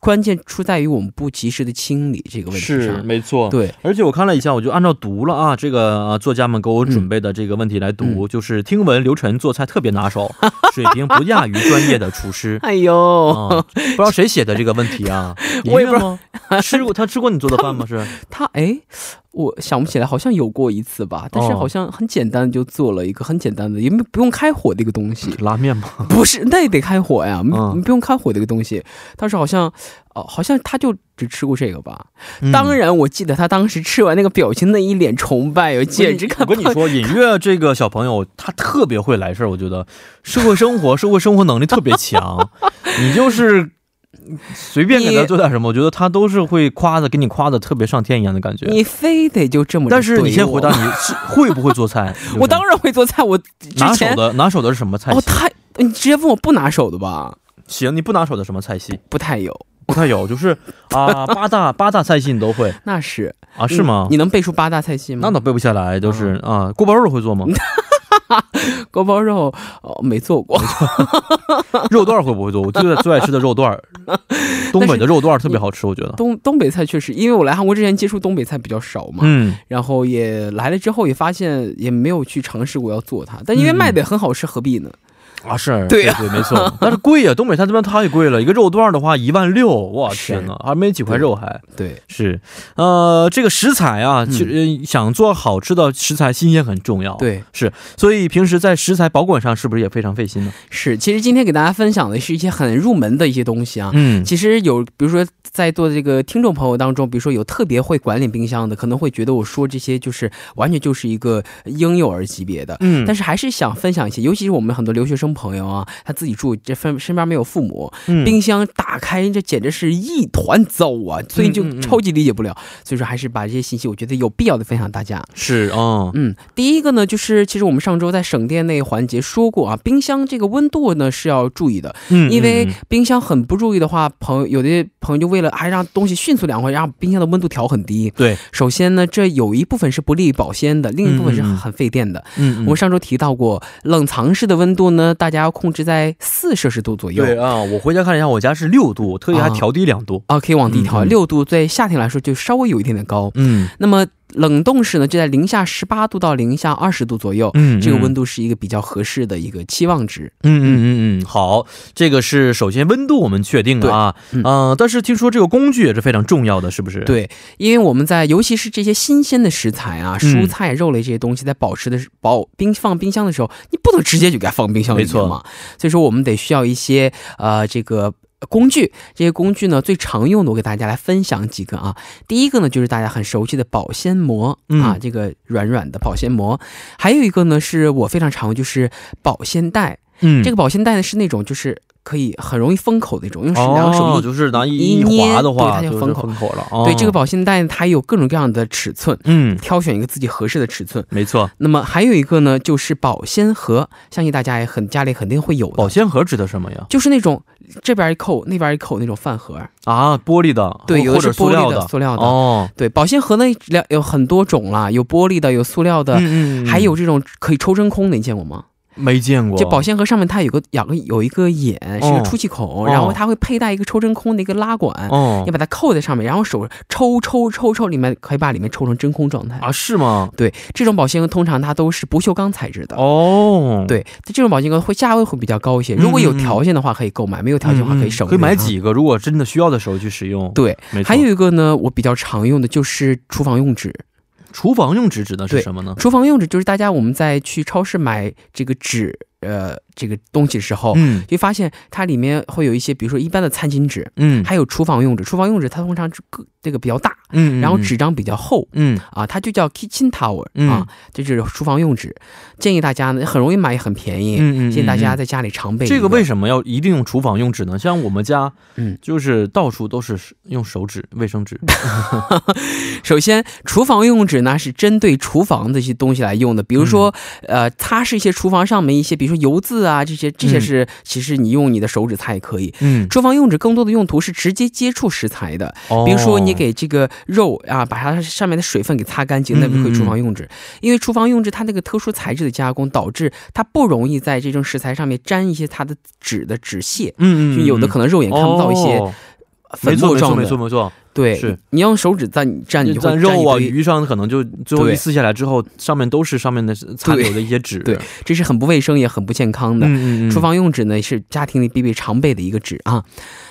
Speaker 7: 关键出在于我们不及时的清理这个问题
Speaker 2: 是
Speaker 7: 上。
Speaker 2: 没错。
Speaker 7: 对，
Speaker 2: 而且我看了一下，我就按照读了啊，这个、呃作家们给我
Speaker 7: 嗯
Speaker 2: 准备的这个问题来读，就是听闻刘晨做菜特别 拿手，水平不亚于专业的厨师。
Speaker 7: 哎呦，
Speaker 2: 啊，不知道谁写的这个问题啊？
Speaker 7: 我也不知
Speaker 2: 道吃过他吃过你做的 饭吗？是
Speaker 7: 他哎，我想不起来，好像有过一次吧，但是
Speaker 2: 哦
Speaker 7: 好像很简单就做了一个很简单的，也没不用开火的一个东西。
Speaker 2: 拉面吗？
Speaker 7: 不是，那也得开火呀，你、
Speaker 2: 嗯
Speaker 7: 你不用开火这个东西。当时好像，哦、好像他就只吃过这个吧。
Speaker 2: 嗯
Speaker 7: 当然，我记得他当时吃完那个表情，那一脸崇拜哟，简直看
Speaker 2: 我跟你说，尹月这个小朋友，他特别会来事儿，我觉得社会生活、社会生活能力特别 强。你就是随便给他做点什么，我觉得他都是会夸的，给你夸的特别上天一样的感觉。
Speaker 7: 你非得就这么。
Speaker 2: 但是你先回答，你，是会不会做菜？
Speaker 7: 我当然会做菜，我之
Speaker 2: 拿手
Speaker 7: 前
Speaker 2: 的拿 手的是什么菜
Speaker 7: 哦，
Speaker 2: 系？
Speaker 7: 太你直接问我不拿手的吧，
Speaker 2: 行，你不拿手的什么菜系？
Speaker 7: 不太有，
Speaker 2: 不太有，就是啊，八大八大菜系你都会
Speaker 7: 那是
Speaker 2: 啊？是吗
Speaker 7: 你？嗯你能背出八大菜系吗？
Speaker 2: 那倒背不下来，就是啊，锅包肉会做吗？
Speaker 7: 锅包肉哦没做过，
Speaker 2: 肉段儿会不会做？我最最爱吃的肉段儿，东北的肉段儿特别好吃，我觉得。
Speaker 7: 东东北菜确实，因为我来韩国之前接触东北菜比较少嘛，
Speaker 2: 嗯，
Speaker 7: 然后也来了之后也发现也没有去尝试过要做它，但因为卖的很好吃，何必呢？
Speaker 2: 啊，是
Speaker 7: 对
Speaker 2: 对
Speaker 7: 呀
Speaker 2: 对，没错。 但是贵呀、东北菜这边太贵了，一个肉段的话一万六，我天呐，还没几块肉还。
Speaker 7: 对，
Speaker 2: 是，呃，这个食材啊，
Speaker 7: 嗯
Speaker 2: 其实、想做好吃的食材新鲜很重要。
Speaker 7: 对，
Speaker 2: 是，所以平时在食材保管上是不是也非常费心呢？
Speaker 7: 是，其实今天给大家分享的是一些很入门的一些东西啊。
Speaker 2: 嗯
Speaker 7: 其实有，比如说在座的这个听众朋友当中，比如说有特别会管理冰箱的，可能会觉得我说这些就是完全就是一个婴幼儿级别的。
Speaker 17: 嗯
Speaker 7: 但是还是想分享一些，尤其是我们很多留学生朋友啊，他自己住这身身边没有父母，
Speaker 17: 嗯
Speaker 7: 冰箱打开这简直是一团糟啊，所以就
Speaker 17: 嗯嗯嗯
Speaker 7: 超级理解不了。所以说还是把这些信息，我觉得有必要的分享大家。
Speaker 2: 是啊，
Speaker 7: 嗯，第一个呢，就是其实我们上周在省电那个环节说过啊，冰箱这个温度呢是要注意的，
Speaker 17: 嗯
Speaker 7: 因为
Speaker 17: 嗯嗯
Speaker 7: 冰箱很不注意的话，朋友有的朋友就为了还让东西迅速凉快，让冰箱的温度调很低。
Speaker 2: 对，
Speaker 7: 首先呢，这有一部分是不利于保鲜的，另一部分是
Speaker 17: 嗯嗯嗯
Speaker 7: 很费电的。
Speaker 17: 嗯嗯
Speaker 7: 我们上周提到过，冷藏室的温度呢，大家要控制在四摄氏度左右。
Speaker 2: 对啊，我回家看了一下，我家是六度，我特意还
Speaker 7: 啊
Speaker 2: 调低两度。
Speaker 7: 啊，可以往低调，
Speaker 2: 嗯嗯
Speaker 7: 六、度对夏天来说就稍微有一点点高。
Speaker 2: 嗯，
Speaker 7: 那么冷冻室呢，就在零下十八度到零下二十度左右，
Speaker 2: 嗯嗯
Speaker 7: 这个温度是一个比较合适的一个期望值。
Speaker 2: 嗯嗯嗯嗯，好，这个是首先温度我们确定了啊，嗯、但是听说这个工具也是非常重要的，是不是？
Speaker 7: 对，因为我们在尤其是这些新鲜的食材啊，
Speaker 2: 嗯
Speaker 7: 蔬菜、肉类这些东西，在保持的时保冰放冰箱的时候，你不能直接就给它放冰箱里
Speaker 2: 没错
Speaker 7: 面嘛。所以说，我们得需要一些呃这个。工具，这些工具呢最常用的，我给大家来分享几个啊。第一个呢就是大家很熟悉的保鲜膜、啊
Speaker 17: 嗯，
Speaker 7: 这个软软的保鲜膜。还有一个呢是我非常常用，就是保鲜袋。
Speaker 2: 嗯
Speaker 7: 这个保鲜袋呢是那种就是可以很容易封口的那种，用手两个手
Speaker 2: 哦
Speaker 7: 一，
Speaker 2: 就是拿一
Speaker 7: 一捏
Speaker 2: 划的话，
Speaker 7: 对它
Speaker 2: 就
Speaker 7: 就是封口
Speaker 2: 口了。哦、
Speaker 7: 对，这个保鲜袋它有各种各样的尺寸，
Speaker 2: 嗯
Speaker 7: 挑选一个自己合适的尺寸。
Speaker 2: 没错。
Speaker 7: 那么还有一个呢，就是保鲜盒，相信大家也很家里肯定会有的。
Speaker 2: 保鲜盒指的什么呀？
Speaker 7: 就是那种这边一扣那边一扣那种饭盒。
Speaker 2: 啊，玻璃的，
Speaker 7: 对，
Speaker 2: 或
Speaker 7: 有的
Speaker 2: 或
Speaker 7: 是
Speaker 2: 者塑
Speaker 7: 玻璃
Speaker 2: 料
Speaker 7: 的、塑料的。
Speaker 2: 哦，
Speaker 7: 对，保鲜盒呢两有很多种啦，有玻璃的，有塑料的，
Speaker 2: 嗯嗯嗯
Speaker 7: 还有这种可以抽真空的，你见过吗？
Speaker 2: 没见过。
Speaker 7: 就保鲜盒上面它有个两个有一个眼是一
Speaker 2: 哦
Speaker 7: 个出气孔，
Speaker 2: 哦
Speaker 7: 然后它会佩戴一个抽真空的一个拉管，
Speaker 2: 哦
Speaker 7: 你把它扣在上面，然后手抽抽抽抽，里面可以把里面抽成真空状态
Speaker 2: 啊？是吗？
Speaker 7: 对，这种保鲜盒通常它都是不锈钢材质的。
Speaker 2: 哦，
Speaker 7: 对，这种保鲜盒会价位会比较高一些，如果有
Speaker 2: 嗯嗯嗯嗯
Speaker 7: 条件的话可以购买，没有条件的话可以省
Speaker 2: 可
Speaker 7: 略啊、
Speaker 2: 以买几个，如果真的需要的时候去使用。
Speaker 7: 对
Speaker 2: 没，错
Speaker 7: 还有一个呢，我比较常用的就是厨房用纸。
Speaker 2: 厨房用纸指的是
Speaker 7: 对
Speaker 2: 什么呢？
Speaker 7: 厨房用纸就是大家我们在去超市买这个纸，呃，这个东西的时候，
Speaker 2: 嗯
Speaker 7: 就发现它里面会有一些，比如说一般的餐巾纸，
Speaker 2: 嗯
Speaker 7: 还有厨房用纸。厨房用纸它通常这个这个比较大，
Speaker 2: 嗯嗯
Speaker 7: 然后
Speaker 2: 嗯
Speaker 7: 纸张比较厚，
Speaker 2: 嗯
Speaker 7: 啊，它就叫 kitchen towel、
Speaker 2: 嗯
Speaker 7: 啊，这就是厨房用纸。建议大家呢，很容易买，也很便宜，
Speaker 2: 嗯嗯嗯
Speaker 7: 建议大家
Speaker 2: 嗯
Speaker 7: 在家里常备一。
Speaker 2: 这个为什么要一定用厨房用纸呢？像我们家，
Speaker 7: 嗯，
Speaker 2: 就是到处都是用手纸、卫 生纸。
Speaker 7: 首先，厨房用纸呢是针对厨房的一些东西来用的，比如说，
Speaker 2: 嗯
Speaker 7: 呃，擦拭一些厨房上面一些，比如说油渍啊，这些这些是、其实你用你的手指擦也可以。
Speaker 2: 嗯
Speaker 7: 厨房用纸更多的用途是直接接触食材的，
Speaker 17: 哦
Speaker 7: 比如说你给这个肉啊，把它上面的水分给擦干净，那就可以厨房用
Speaker 2: 嗯
Speaker 7: 纸。因为厨房用纸它那个特殊材质的加工，导致它不容易在这种食材上面沾一些它的纸的纸屑。
Speaker 2: 嗯嗯
Speaker 7: 就有的
Speaker 2: 嗯
Speaker 7: 可能肉眼看不到一些
Speaker 2: 哦
Speaker 7: 粉末状的。
Speaker 2: 没错没错没错没错
Speaker 7: 对，
Speaker 2: 是
Speaker 7: 你用手指蘸蘸，你就会
Speaker 2: 沾肉啊、
Speaker 7: 一堆
Speaker 2: 鱼上，可能就最后
Speaker 7: 对
Speaker 2: 一撕下来之后，上面都是上面的残留的一些纸。
Speaker 7: 对，这是很不卫生也很不健康的。
Speaker 2: 嗯嗯嗯
Speaker 7: 厨房用纸呢是家庭里必备常备的一个纸啊。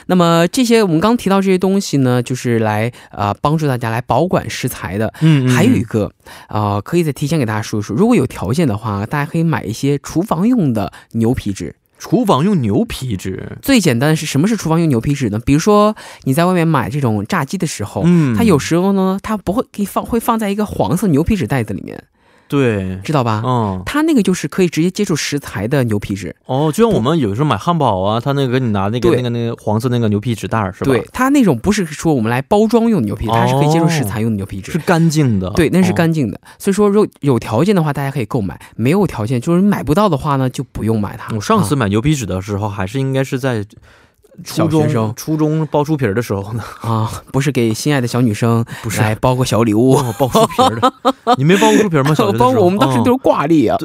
Speaker 7: 那么这些我们刚提到这些东西呢，就是来啊、呃帮助大家来保管食材的。
Speaker 17: 嗯嗯嗯
Speaker 7: 还有一个啊、呃可以再提前给大家说一说，如果有条件的话，大家可以买一些厨房用的牛皮纸。
Speaker 2: 厨房用牛皮纸，
Speaker 7: 最简单的是什么是厨房用牛皮纸呢？比如说你在外面买这种炸鸡的时候，
Speaker 2: 嗯
Speaker 7: 哦它有时候呢，它不会给你放，会放在一个黄色牛皮纸袋子里面。
Speaker 2: 对，
Speaker 7: 知道吧？
Speaker 2: 嗯，
Speaker 7: 它那个就是可以直接接触食材的牛皮纸。
Speaker 2: 哦，就像我们有时候买汉堡啊，他那个给你拿那个
Speaker 7: 对
Speaker 2: 那个那个黄色那个牛皮纸袋儿是吧？
Speaker 7: 对，它那种不是说我们来包装用的牛皮纸，它是可以接触食材用的牛皮纸，
Speaker 2: 哦是干净的。
Speaker 7: 对，那是
Speaker 2: 哦
Speaker 7: 干净的。所以说，如果有条件的话，大家可以购买；没有条件，就是买不到的话呢，就不用买它。
Speaker 2: 我上次买牛皮纸的时候，还是应该是在
Speaker 7: 小
Speaker 2: 初
Speaker 7: 学生
Speaker 2: 中初中包书皮儿的时候 呢。
Speaker 7: 啊，不是给心爱的小女生
Speaker 2: 不是
Speaker 7: 来包个小礼物，
Speaker 2: 包书皮儿的。你没包过书皮儿吗？小学的时候哦
Speaker 7: 包我们当时都是挂历啊。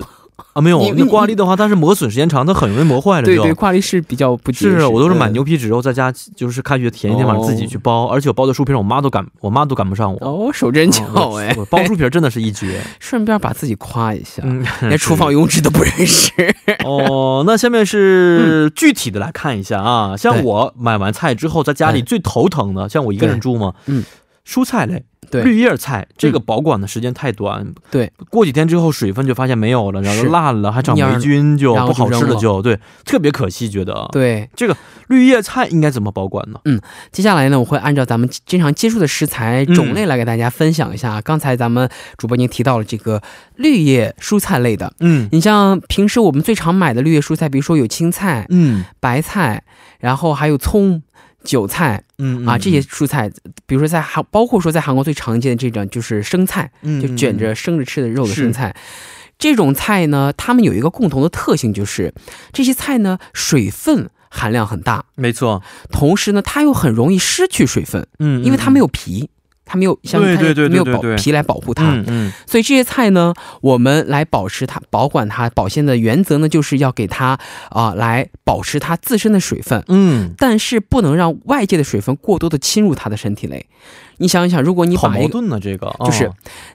Speaker 2: 啊，没有
Speaker 7: 你，
Speaker 2: 那挂历的话，它是磨损时间长，它很容易磨坏了
Speaker 7: 对
Speaker 2: 就。
Speaker 7: 对，挂历是比较不结实
Speaker 2: 是我都是
Speaker 7: 的
Speaker 2: 买牛皮纸，然后在家就是开学前一天晚上自己去包，而且我包的书皮儿，我妈都赶，我妈都赶不上我。
Speaker 7: 哦，手真巧哎、
Speaker 2: 我包书皮儿真的是一绝。
Speaker 7: 顺便把自己夸一下，
Speaker 2: 嗯
Speaker 7: 连厨房泳池都不认识。
Speaker 2: 哦，那下面是具体的来看一下啊，像
Speaker 7: 对
Speaker 2: 我买完菜之后，在家里
Speaker 7: 嗯
Speaker 2: 最头疼的，像我一个人
Speaker 7: 对
Speaker 2: 住嘛，
Speaker 7: 嗯，
Speaker 2: 蔬菜类。
Speaker 7: 对嗯
Speaker 2: 绿叶菜这个保管的时间太短，
Speaker 7: 对，
Speaker 2: 过几天之后水分就发现没有了，然后
Speaker 7: 是
Speaker 2: 烂了，还长
Speaker 7: 蔫儿
Speaker 2: 霉
Speaker 7: 了
Speaker 2: 菌，就
Speaker 7: 然后
Speaker 2: 不好
Speaker 7: 就
Speaker 2: 吃
Speaker 7: 扔
Speaker 2: 了，
Speaker 7: 了
Speaker 2: 就对，特别可惜，觉得。，
Speaker 7: 对，
Speaker 2: 这个绿叶菜应该怎么保管呢？
Speaker 7: 嗯，接下来呢，我会按照咱们经常接触的食材
Speaker 2: 嗯
Speaker 7: 种类来给大家分享一下。刚才咱们主播已经提到了这个绿叶蔬菜类的，
Speaker 2: 嗯
Speaker 7: 你像平时我们最常买的绿叶蔬菜，比如说有青菜、
Speaker 2: 嗯
Speaker 7: 白菜，然后还有葱、韭菜
Speaker 2: 嗯
Speaker 7: 啊这些，蔬菜，比如说在韩，包括说在韩国最常见的这种就是生菜，
Speaker 2: 嗯
Speaker 7: 就卷着生着吃的肉的
Speaker 2: 是
Speaker 7: 生菜。这种菜呢，它们有一个共同的特性，就是这些菜呢水分含量很大，
Speaker 2: 没错，
Speaker 7: 同时呢，它又很容易失去水分，
Speaker 2: 嗯
Speaker 7: 因为它没有皮，它没有像
Speaker 2: 对
Speaker 7: 它
Speaker 2: 对对
Speaker 7: 没有
Speaker 2: 对
Speaker 7: 保
Speaker 2: 对对
Speaker 7: 皮来保护它，
Speaker 2: 嗯嗯
Speaker 7: 所以这些菜呢，我们来保持它、保管它、保鲜的原则呢，就是要给它啊、来保持它自身的水分，
Speaker 2: 嗯，
Speaker 7: 但是不能让外界的水分过多的侵入它的身体内。你想一想，如果你
Speaker 2: 好
Speaker 7: 把一
Speaker 2: 矛
Speaker 7: 个
Speaker 2: 盾呢，这个
Speaker 7: 就是
Speaker 2: 哦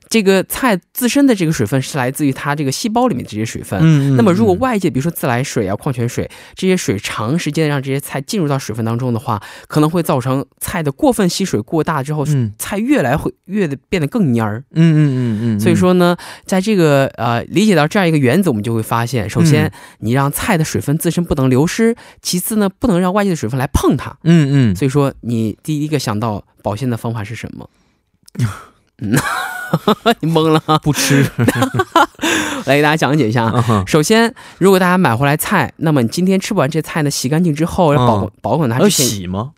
Speaker 7: 这个菜自身的这个水分是来自于它这个细胞里面的这些水分。
Speaker 2: 嗯嗯
Speaker 7: 那么如果
Speaker 2: 嗯
Speaker 7: 外界，比如说自来水啊、矿泉水这些水长时间让这些菜进入到水分当中的话，可能会造成菜的过分吸水过大之后，
Speaker 2: 嗯
Speaker 7: 菜越来会越的变得更蔫儿。
Speaker 2: 嗯嗯嗯嗯，
Speaker 7: 所以说呢，在这个呃理解到这样一个原则，我们就会发现，首先
Speaker 2: 嗯
Speaker 7: 你让菜的水分自身不能流失，其次呢不能让外界的水分来碰它。
Speaker 2: 嗯嗯，
Speaker 7: 所以说，你第一个想到保鲜的方法是什 么？嗯你懵了啊，
Speaker 2: 不吃，
Speaker 7: 来给大家讲解一下啊。
Speaker 2: 啊 哈
Speaker 7: 首先，如果大家买回来菜，那么你今天吃不完这菜呢，洗干净之后要保、
Speaker 2: 嗯
Speaker 7: 保管它
Speaker 2: 要
Speaker 7: 之前，
Speaker 2: 洗吗？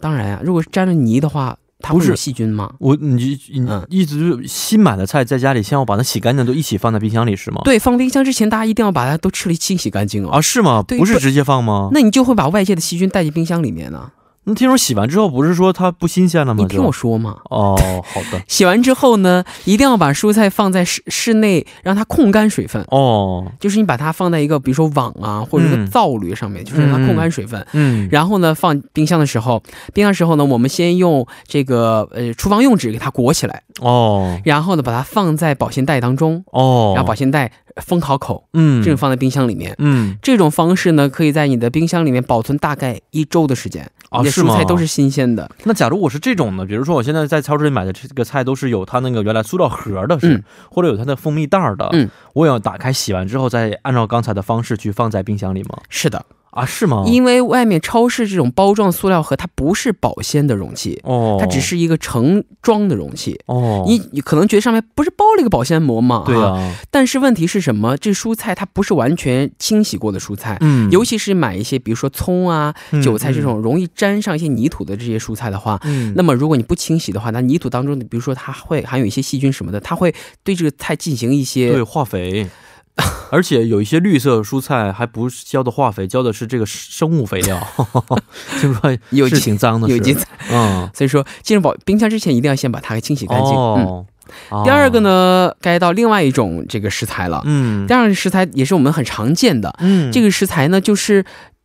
Speaker 7: 当然啊，如果是沾了泥的话，它
Speaker 2: 不
Speaker 7: 会有
Speaker 2: 是
Speaker 7: 细菌吗？
Speaker 2: 我你你
Speaker 7: 嗯
Speaker 2: 一直就新买的菜在家里，先要把它洗干净，都一起放在冰箱里是吗？
Speaker 7: 对，放冰箱之前，大家一定要把它都吃了清洗干净哦。
Speaker 2: 啊，是吗？
Speaker 7: 对
Speaker 2: 不是
Speaker 7: 不
Speaker 2: 直接放吗？
Speaker 7: 那你就会把外界的细菌带进冰箱里面呢。
Speaker 2: 那听说洗完之后不是说它不新鲜了吗？
Speaker 7: 你听
Speaker 2: 就
Speaker 7: 我说嘛，
Speaker 2: 哦，好的，
Speaker 7: 洗完之后呢，一定要把蔬菜放在室室内，让它控干水分。
Speaker 2: 哦，
Speaker 7: 就是你把它放在一个，比如说网啊，或者一个
Speaker 2: 嗯
Speaker 7: 灶驴上面，就是让它控干水分。
Speaker 2: 嗯，
Speaker 7: 然后呢，放冰箱的时候，冰箱的时候呢，我们先用这个呃厨房用纸给它裹起来，
Speaker 2: 哦
Speaker 7: 然后呢，把它放在保鲜袋当中，
Speaker 2: 哦，
Speaker 7: 然后保鲜袋封好口，
Speaker 2: 嗯
Speaker 7: 这种放在冰箱里面。
Speaker 2: 嗯
Speaker 7: 这种方式呢，可以在你的冰箱里面保存大概一周的时间，
Speaker 2: 啊
Speaker 7: 你的
Speaker 2: 是
Speaker 7: 蔬
Speaker 2: 吗
Speaker 7: 菜都是新鲜的。
Speaker 2: 那假如我是这种的，比如说我现在在超市里买的这个菜都是有它那个原来塑料盒的是，
Speaker 7: 嗯
Speaker 2: 或者有它的蜂蜜袋儿的，
Speaker 7: 嗯，
Speaker 2: 我也要打开洗完之后再按照刚才的方式去放在冰箱里吗？
Speaker 7: 是的，
Speaker 2: 啊，是吗？
Speaker 7: 因为外面超市这种包装塑料盒，它不是保鲜的容器，
Speaker 2: 哦，
Speaker 7: 它只是一个盛装的容器。
Speaker 2: 哦，
Speaker 7: 你你可能觉得上面不是包了一个保鲜膜嘛？
Speaker 2: 对
Speaker 7: 啊。
Speaker 2: 啊，
Speaker 7: 但是问题是什么？这蔬菜它不是完全清洗过的蔬菜，
Speaker 2: 嗯
Speaker 7: 尤其是买一些比如说葱啊、
Speaker 2: 嗯
Speaker 7: 韭菜这种容易沾上一些泥土的这些蔬菜的话。
Speaker 2: 嗯
Speaker 7: 那么，如果你不清洗的话，那泥土当中，比如说它会含有一些细菌什么的，它会对这个菜进行一
Speaker 2: 对
Speaker 7: 些
Speaker 2: 化肥。而且有一些绿色蔬菜还不是浇的化肥，浇的是这个生物肥料， 听说
Speaker 7: 有
Speaker 2: 是
Speaker 7: 机
Speaker 2: 挺脏的是，
Speaker 7: 有机菜。
Speaker 2: 嗯，
Speaker 7: 所以说，进入保冰箱之前，一定要先把它给 清洗干净。嗯，
Speaker 2: 哦，哦
Speaker 7: 第二个，呢，该到另外一种这个食材了。
Speaker 2: 嗯
Speaker 7: 第，二个食材也是我们很常见的，
Speaker 2: 嗯
Speaker 7: 这个食材呢就是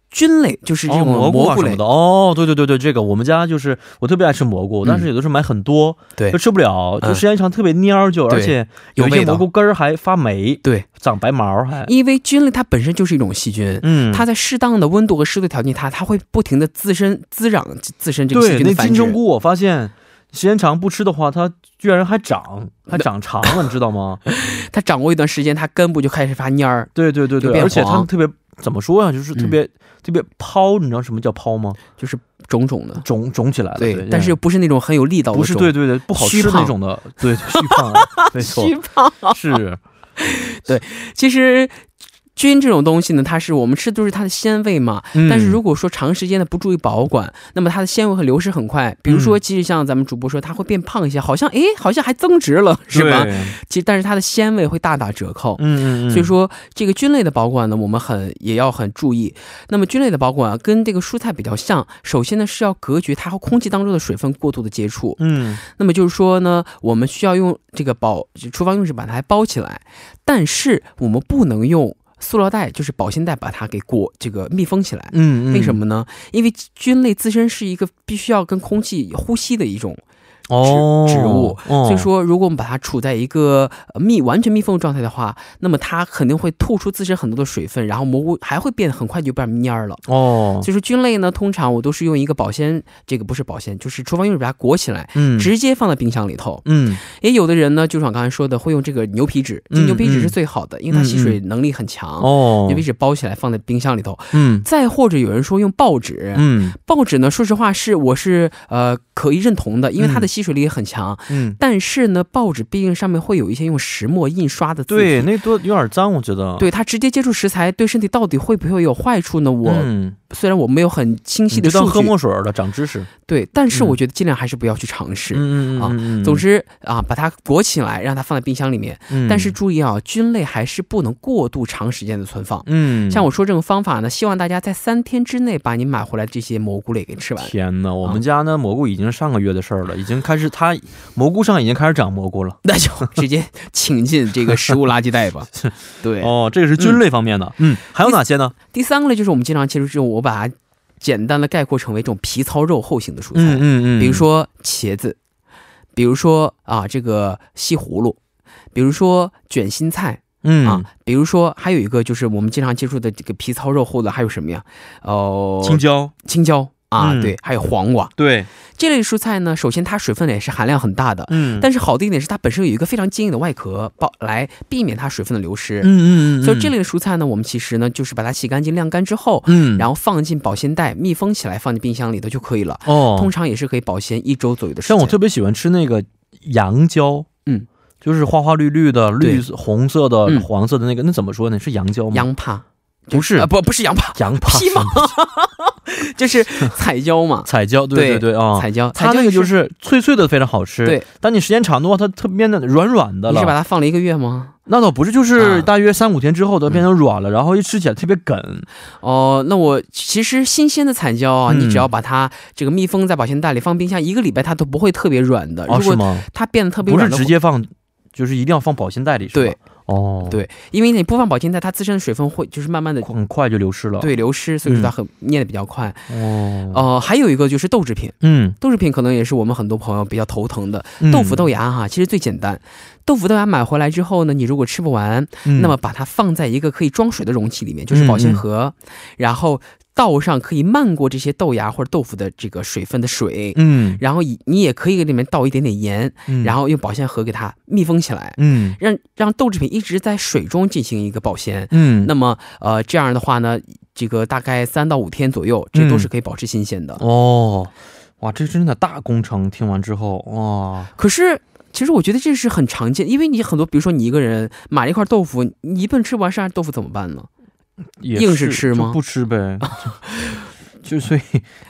Speaker 7: 菌类，就是这
Speaker 2: 哦
Speaker 7: 种
Speaker 2: 蘑菇啊
Speaker 7: 菇
Speaker 2: 什
Speaker 7: 类。
Speaker 2: 么的。哦，对对对对，这个我们家就是我特别爱吃蘑菇，但是有的时候买很多，
Speaker 7: 嗯对
Speaker 2: 就吃不了，
Speaker 7: 嗯
Speaker 2: 就时间一长特别蔫儿，就
Speaker 7: 对
Speaker 2: 而且
Speaker 7: 有
Speaker 2: 有一些
Speaker 7: 味道
Speaker 2: 蘑菇根儿还发霉，
Speaker 7: 对，
Speaker 2: 长白毛还，
Speaker 7: 因为菌类它本身就是一种细菌，
Speaker 2: 哎嗯，
Speaker 7: 它在适当的温度和湿度条件下，它会不停的滋生滋长自身这个细
Speaker 2: 对
Speaker 7: 菌的
Speaker 2: 那
Speaker 7: 繁
Speaker 2: 金
Speaker 7: 殖。
Speaker 2: 针菇，我发现时间长不吃的话，它居然还长，还长长了，你知道吗？
Speaker 7: 它长过一段时间，它根部就开始发蔫儿，
Speaker 2: 对对对
Speaker 7: 就
Speaker 2: 对，
Speaker 7: 变
Speaker 2: 而且它
Speaker 7: 黄
Speaker 2: 特别怎么说呀、啊就是特
Speaker 7: 嗯
Speaker 2: 别、特别泡，你知道什么叫泡吗？
Speaker 7: 就是肿肿的。
Speaker 2: 肿肿起来了，对，嗯
Speaker 7: 但是又不是那种很有力道的
Speaker 2: 不是
Speaker 7: 肿
Speaker 2: 对对对，不好
Speaker 7: 虚
Speaker 2: 吃那
Speaker 7: 胖
Speaker 2: 种的， 对，虚胖，没错，
Speaker 7: 虚胖。
Speaker 2: 是，
Speaker 7: 其实菌这种东西呢，它是我们吃的就是它的鲜味嘛，
Speaker 2: 嗯
Speaker 7: 但是如果说长时间的不注意保管，那么它的鲜味会流失很快。比如
Speaker 2: 嗯
Speaker 7: 说，即使像咱们主播说，它会变胖一些，好像诶，好像还增值了，是吧
Speaker 2: 对？
Speaker 7: 其实但是它的鲜味会大打折扣。
Speaker 2: 嗯嗯嗯
Speaker 7: 所以说这个菌类的保管呢，我们很也要很注意。那么菌类的保管啊，跟这个蔬菜比较像，首先呢是要隔绝它和空气当中的水分过度的接触。
Speaker 2: 嗯，
Speaker 7: 那么就是说呢，我们需要用这个保厨房用纸把它包起来，但是我们不能用塑料袋，就是保鲜袋把它给裹这个密封起来。
Speaker 2: 嗯嗯
Speaker 7: 为什么呢？因为菌类自身是一个必须要跟空气呼吸的一种。
Speaker 2: 哦
Speaker 7: 植物，
Speaker 2: 哦
Speaker 7: 所以说，如果我们把它处在一个呃密完全密封的状态的话，那么它肯定会吐出自身很多的水分，然后蘑菇还会变得很快就变蔫儿了。
Speaker 2: 哦
Speaker 7: 所以说菌类呢，通常我都是用一个保鲜，这个不是保鲜，就是厨房用纸把它裹起来，
Speaker 2: 嗯
Speaker 7: 直接放到冰箱里头。
Speaker 2: 嗯
Speaker 7: 也有的人呢，就像我刚才说的，会用这个牛皮纸，
Speaker 2: 嗯
Speaker 7: 牛皮纸是最好的，因为它吸水能力很强。
Speaker 2: 哦
Speaker 7: 牛皮纸包起来放在冰箱里头。
Speaker 2: 嗯
Speaker 7: 再或者有人说用报纸，
Speaker 2: 嗯
Speaker 7: 报纸呢，说实话是我是呃可以认同的，因为它的吸水力也很强。
Speaker 2: 嗯
Speaker 7: 但是呢，报纸毕竟上面会有一些用石墨印刷的字体
Speaker 2: 对，那多有点脏，我觉得。
Speaker 7: 对它直接接触食材，对身体到底会不会有坏处呢？我、
Speaker 2: 嗯
Speaker 7: 虽然我没有很清晰
Speaker 2: 你
Speaker 7: 的
Speaker 2: 就
Speaker 7: 数据，
Speaker 2: 当喝墨水了，长知识。
Speaker 7: 对，但是
Speaker 2: 嗯
Speaker 7: 我觉得尽量还是不要去尝试。
Speaker 2: 嗯嗯
Speaker 7: 啊
Speaker 2: 嗯嗯，
Speaker 7: 总之啊，把它裹起来，让它放在冰箱里面。
Speaker 2: 嗯
Speaker 7: 但是注意啊，菌类还是不能过度长时间的存放。
Speaker 2: 嗯
Speaker 7: 像我说这种方法呢，希望大家在三天之内把你买回来这些蘑菇类给吃完。
Speaker 2: 天哪，
Speaker 7: 啊
Speaker 2: 我们家呢蘑菇已经上个月的事儿了，已经开始它蘑菇上已经开始长蘑菇了。
Speaker 7: 那就直接请进这个食物垃圾袋 吧。对，
Speaker 2: 哦，这个是菌类方面的。嗯，还有哪些呢？
Speaker 7: 第三个类就是我们经常接触这种，我把它简单的概括成为这种皮糙肉厚型的蔬菜，
Speaker 2: 嗯嗯嗯
Speaker 7: 比如说茄子，比如说啊这个西葫芦，比如说卷心菜。
Speaker 2: 嗯
Speaker 7: 啊，比如说还有一个就是我们经常接触的这个皮糙肉厚的，还有什么呀？哦、
Speaker 2: 青椒，
Speaker 7: 青椒啊，
Speaker 2: 嗯
Speaker 7: 对，还有黄瓜。
Speaker 2: 对，
Speaker 7: 这类蔬菜呢，首先它水分也是含量很大的，
Speaker 2: 嗯
Speaker 7: 但是好的一点是它本身有一个非常坚硬的外壳，包来避免它水分的流失，
Speaker 2: 嗯嗯嗯嗯
Speaker 7: 所以这类的蔬菜呢，我们其实呢就是把它洗干净、晾干之后，
Speaker 2: 嗯
Speaker 7: 然后放进保鲜袋密封起来，放进冰箱里头就可以了。
Speaker 2: 哦
Speaker 7: 通常也是可以保鲜一周左右的时间。
Speaker 2: 像我特别喜欢吃那个洋椒，
Speaker 7: 嗯，
Speaker 2: 就是花花绿绿的、绿色红色的、
Speaker 7: 嗯
Speaker 2: 黄色的那个，那怎么说呢？是洋椒吗？
Speaker 7: 羊帕
Speaker 2: 不是
Speaker 7: 啊，不不是羊帕，
Speaker 2: 羊帕
Speaker 7: 匹马，就是彩椒嘛，
Speaker 2: 彩椒，对
Speaker 7: 对
Speaker 2: 对啊，
Speaker 7: 彩椒
Speaker 2: 它那
Speaker 7: 彩椒
Speaker 2: 个
Speaker 7: 也是
Speaker 2: 就是脆脆的，非常好吃。
Speaker 7: 对，
Speaker 2: 当你时间长的话，它特别变得软软的
Speaker 7: 你
Speaker 2: 了。
Speaker 7: 是把它啊放了一个月吗？
Speaker 2: 那倒不是，就是大约三五天之后，它
Speaker 7: 嗯
Speaker 2: 变成软了，然后一吃起来特别梗。
Speaker 7: 哦、那我其实新鲜的彩椒啊，
Speaker 2: 嗯
Speaker 7: 你只要把它这个密封在保鲜袋里放冰箱一个礼拜，它都不会特别软的。
Speaker 2: 哦
Speaker 7: 如
Speaker 2: 是
Speaker 7: 果
Speaker 2: 吗
Speaker 7: 它变得特别
Speaker 2: 不
Speaker 7: 软
Speaker 2: 是
Speaker 7: 的话，
Speaker 2: 直接放，就是一定要放保鲜袋里，是吧？
Speaker 7: 对，
Speaker 2: 哦，
Speaker 7: 对，因为你不放保鲜袋，它自身的水分会就是慢慢的
Speaker 2: 很快就流失了。
Speaker 7: 对，流失，所以说它
Speaker 2: 嗯
Speaker 7: 很捏的比较快。
Speaker 2: 哦，
Speaker 7: 呃，还有一个就是豆制品，
Speaker 2: 嗯
Speaker 7: 豆制品可能也是我们很多朋友比较头疼的。
Speaker 2: 嗯
Speaker 7: 豆腐豆芽哈，其实最简单。豆腐豆芽买回来之后呢，你如果吃不完，
Speaker 2: 嗯
Speaker 7: 那么把它放在一个可以装水的容器里面，就是保鲜盒，然后倒上可以漫过这些豆芽或者豆腐的这个水分的水，
Speaker 2: 嗯
Speaker 7: 然后以你也可以给里面倒一点点盐，
Speaker 2: 嗯
Speaker 7: 然后用保鲜盒给它密封起来，
Speaker 2: 嗯
Speaker 7: 让让豆制品一直在水中进行一个保鲜。
Speaker 2: 嗯
Speaker 7: 那么呃这样的话呢，这个大概三到五天左右，这
Speaker 2: 嗯
Speaker 7: 都是可以保持新鲜的。
Speaker 2: 哦，哇，这真的大工程。听完之后，哇、
Speaker 7: 可是。其实我觉得这是很常见，因为你很多，比如说你一个人买了一块豆腐，你一顿吃不完，剩下的豆腐怎么办呢？
Speaker 2: 也
Speaker 7: 硬是吃吗
Speaker 2: 就不吃呗。 就 所以，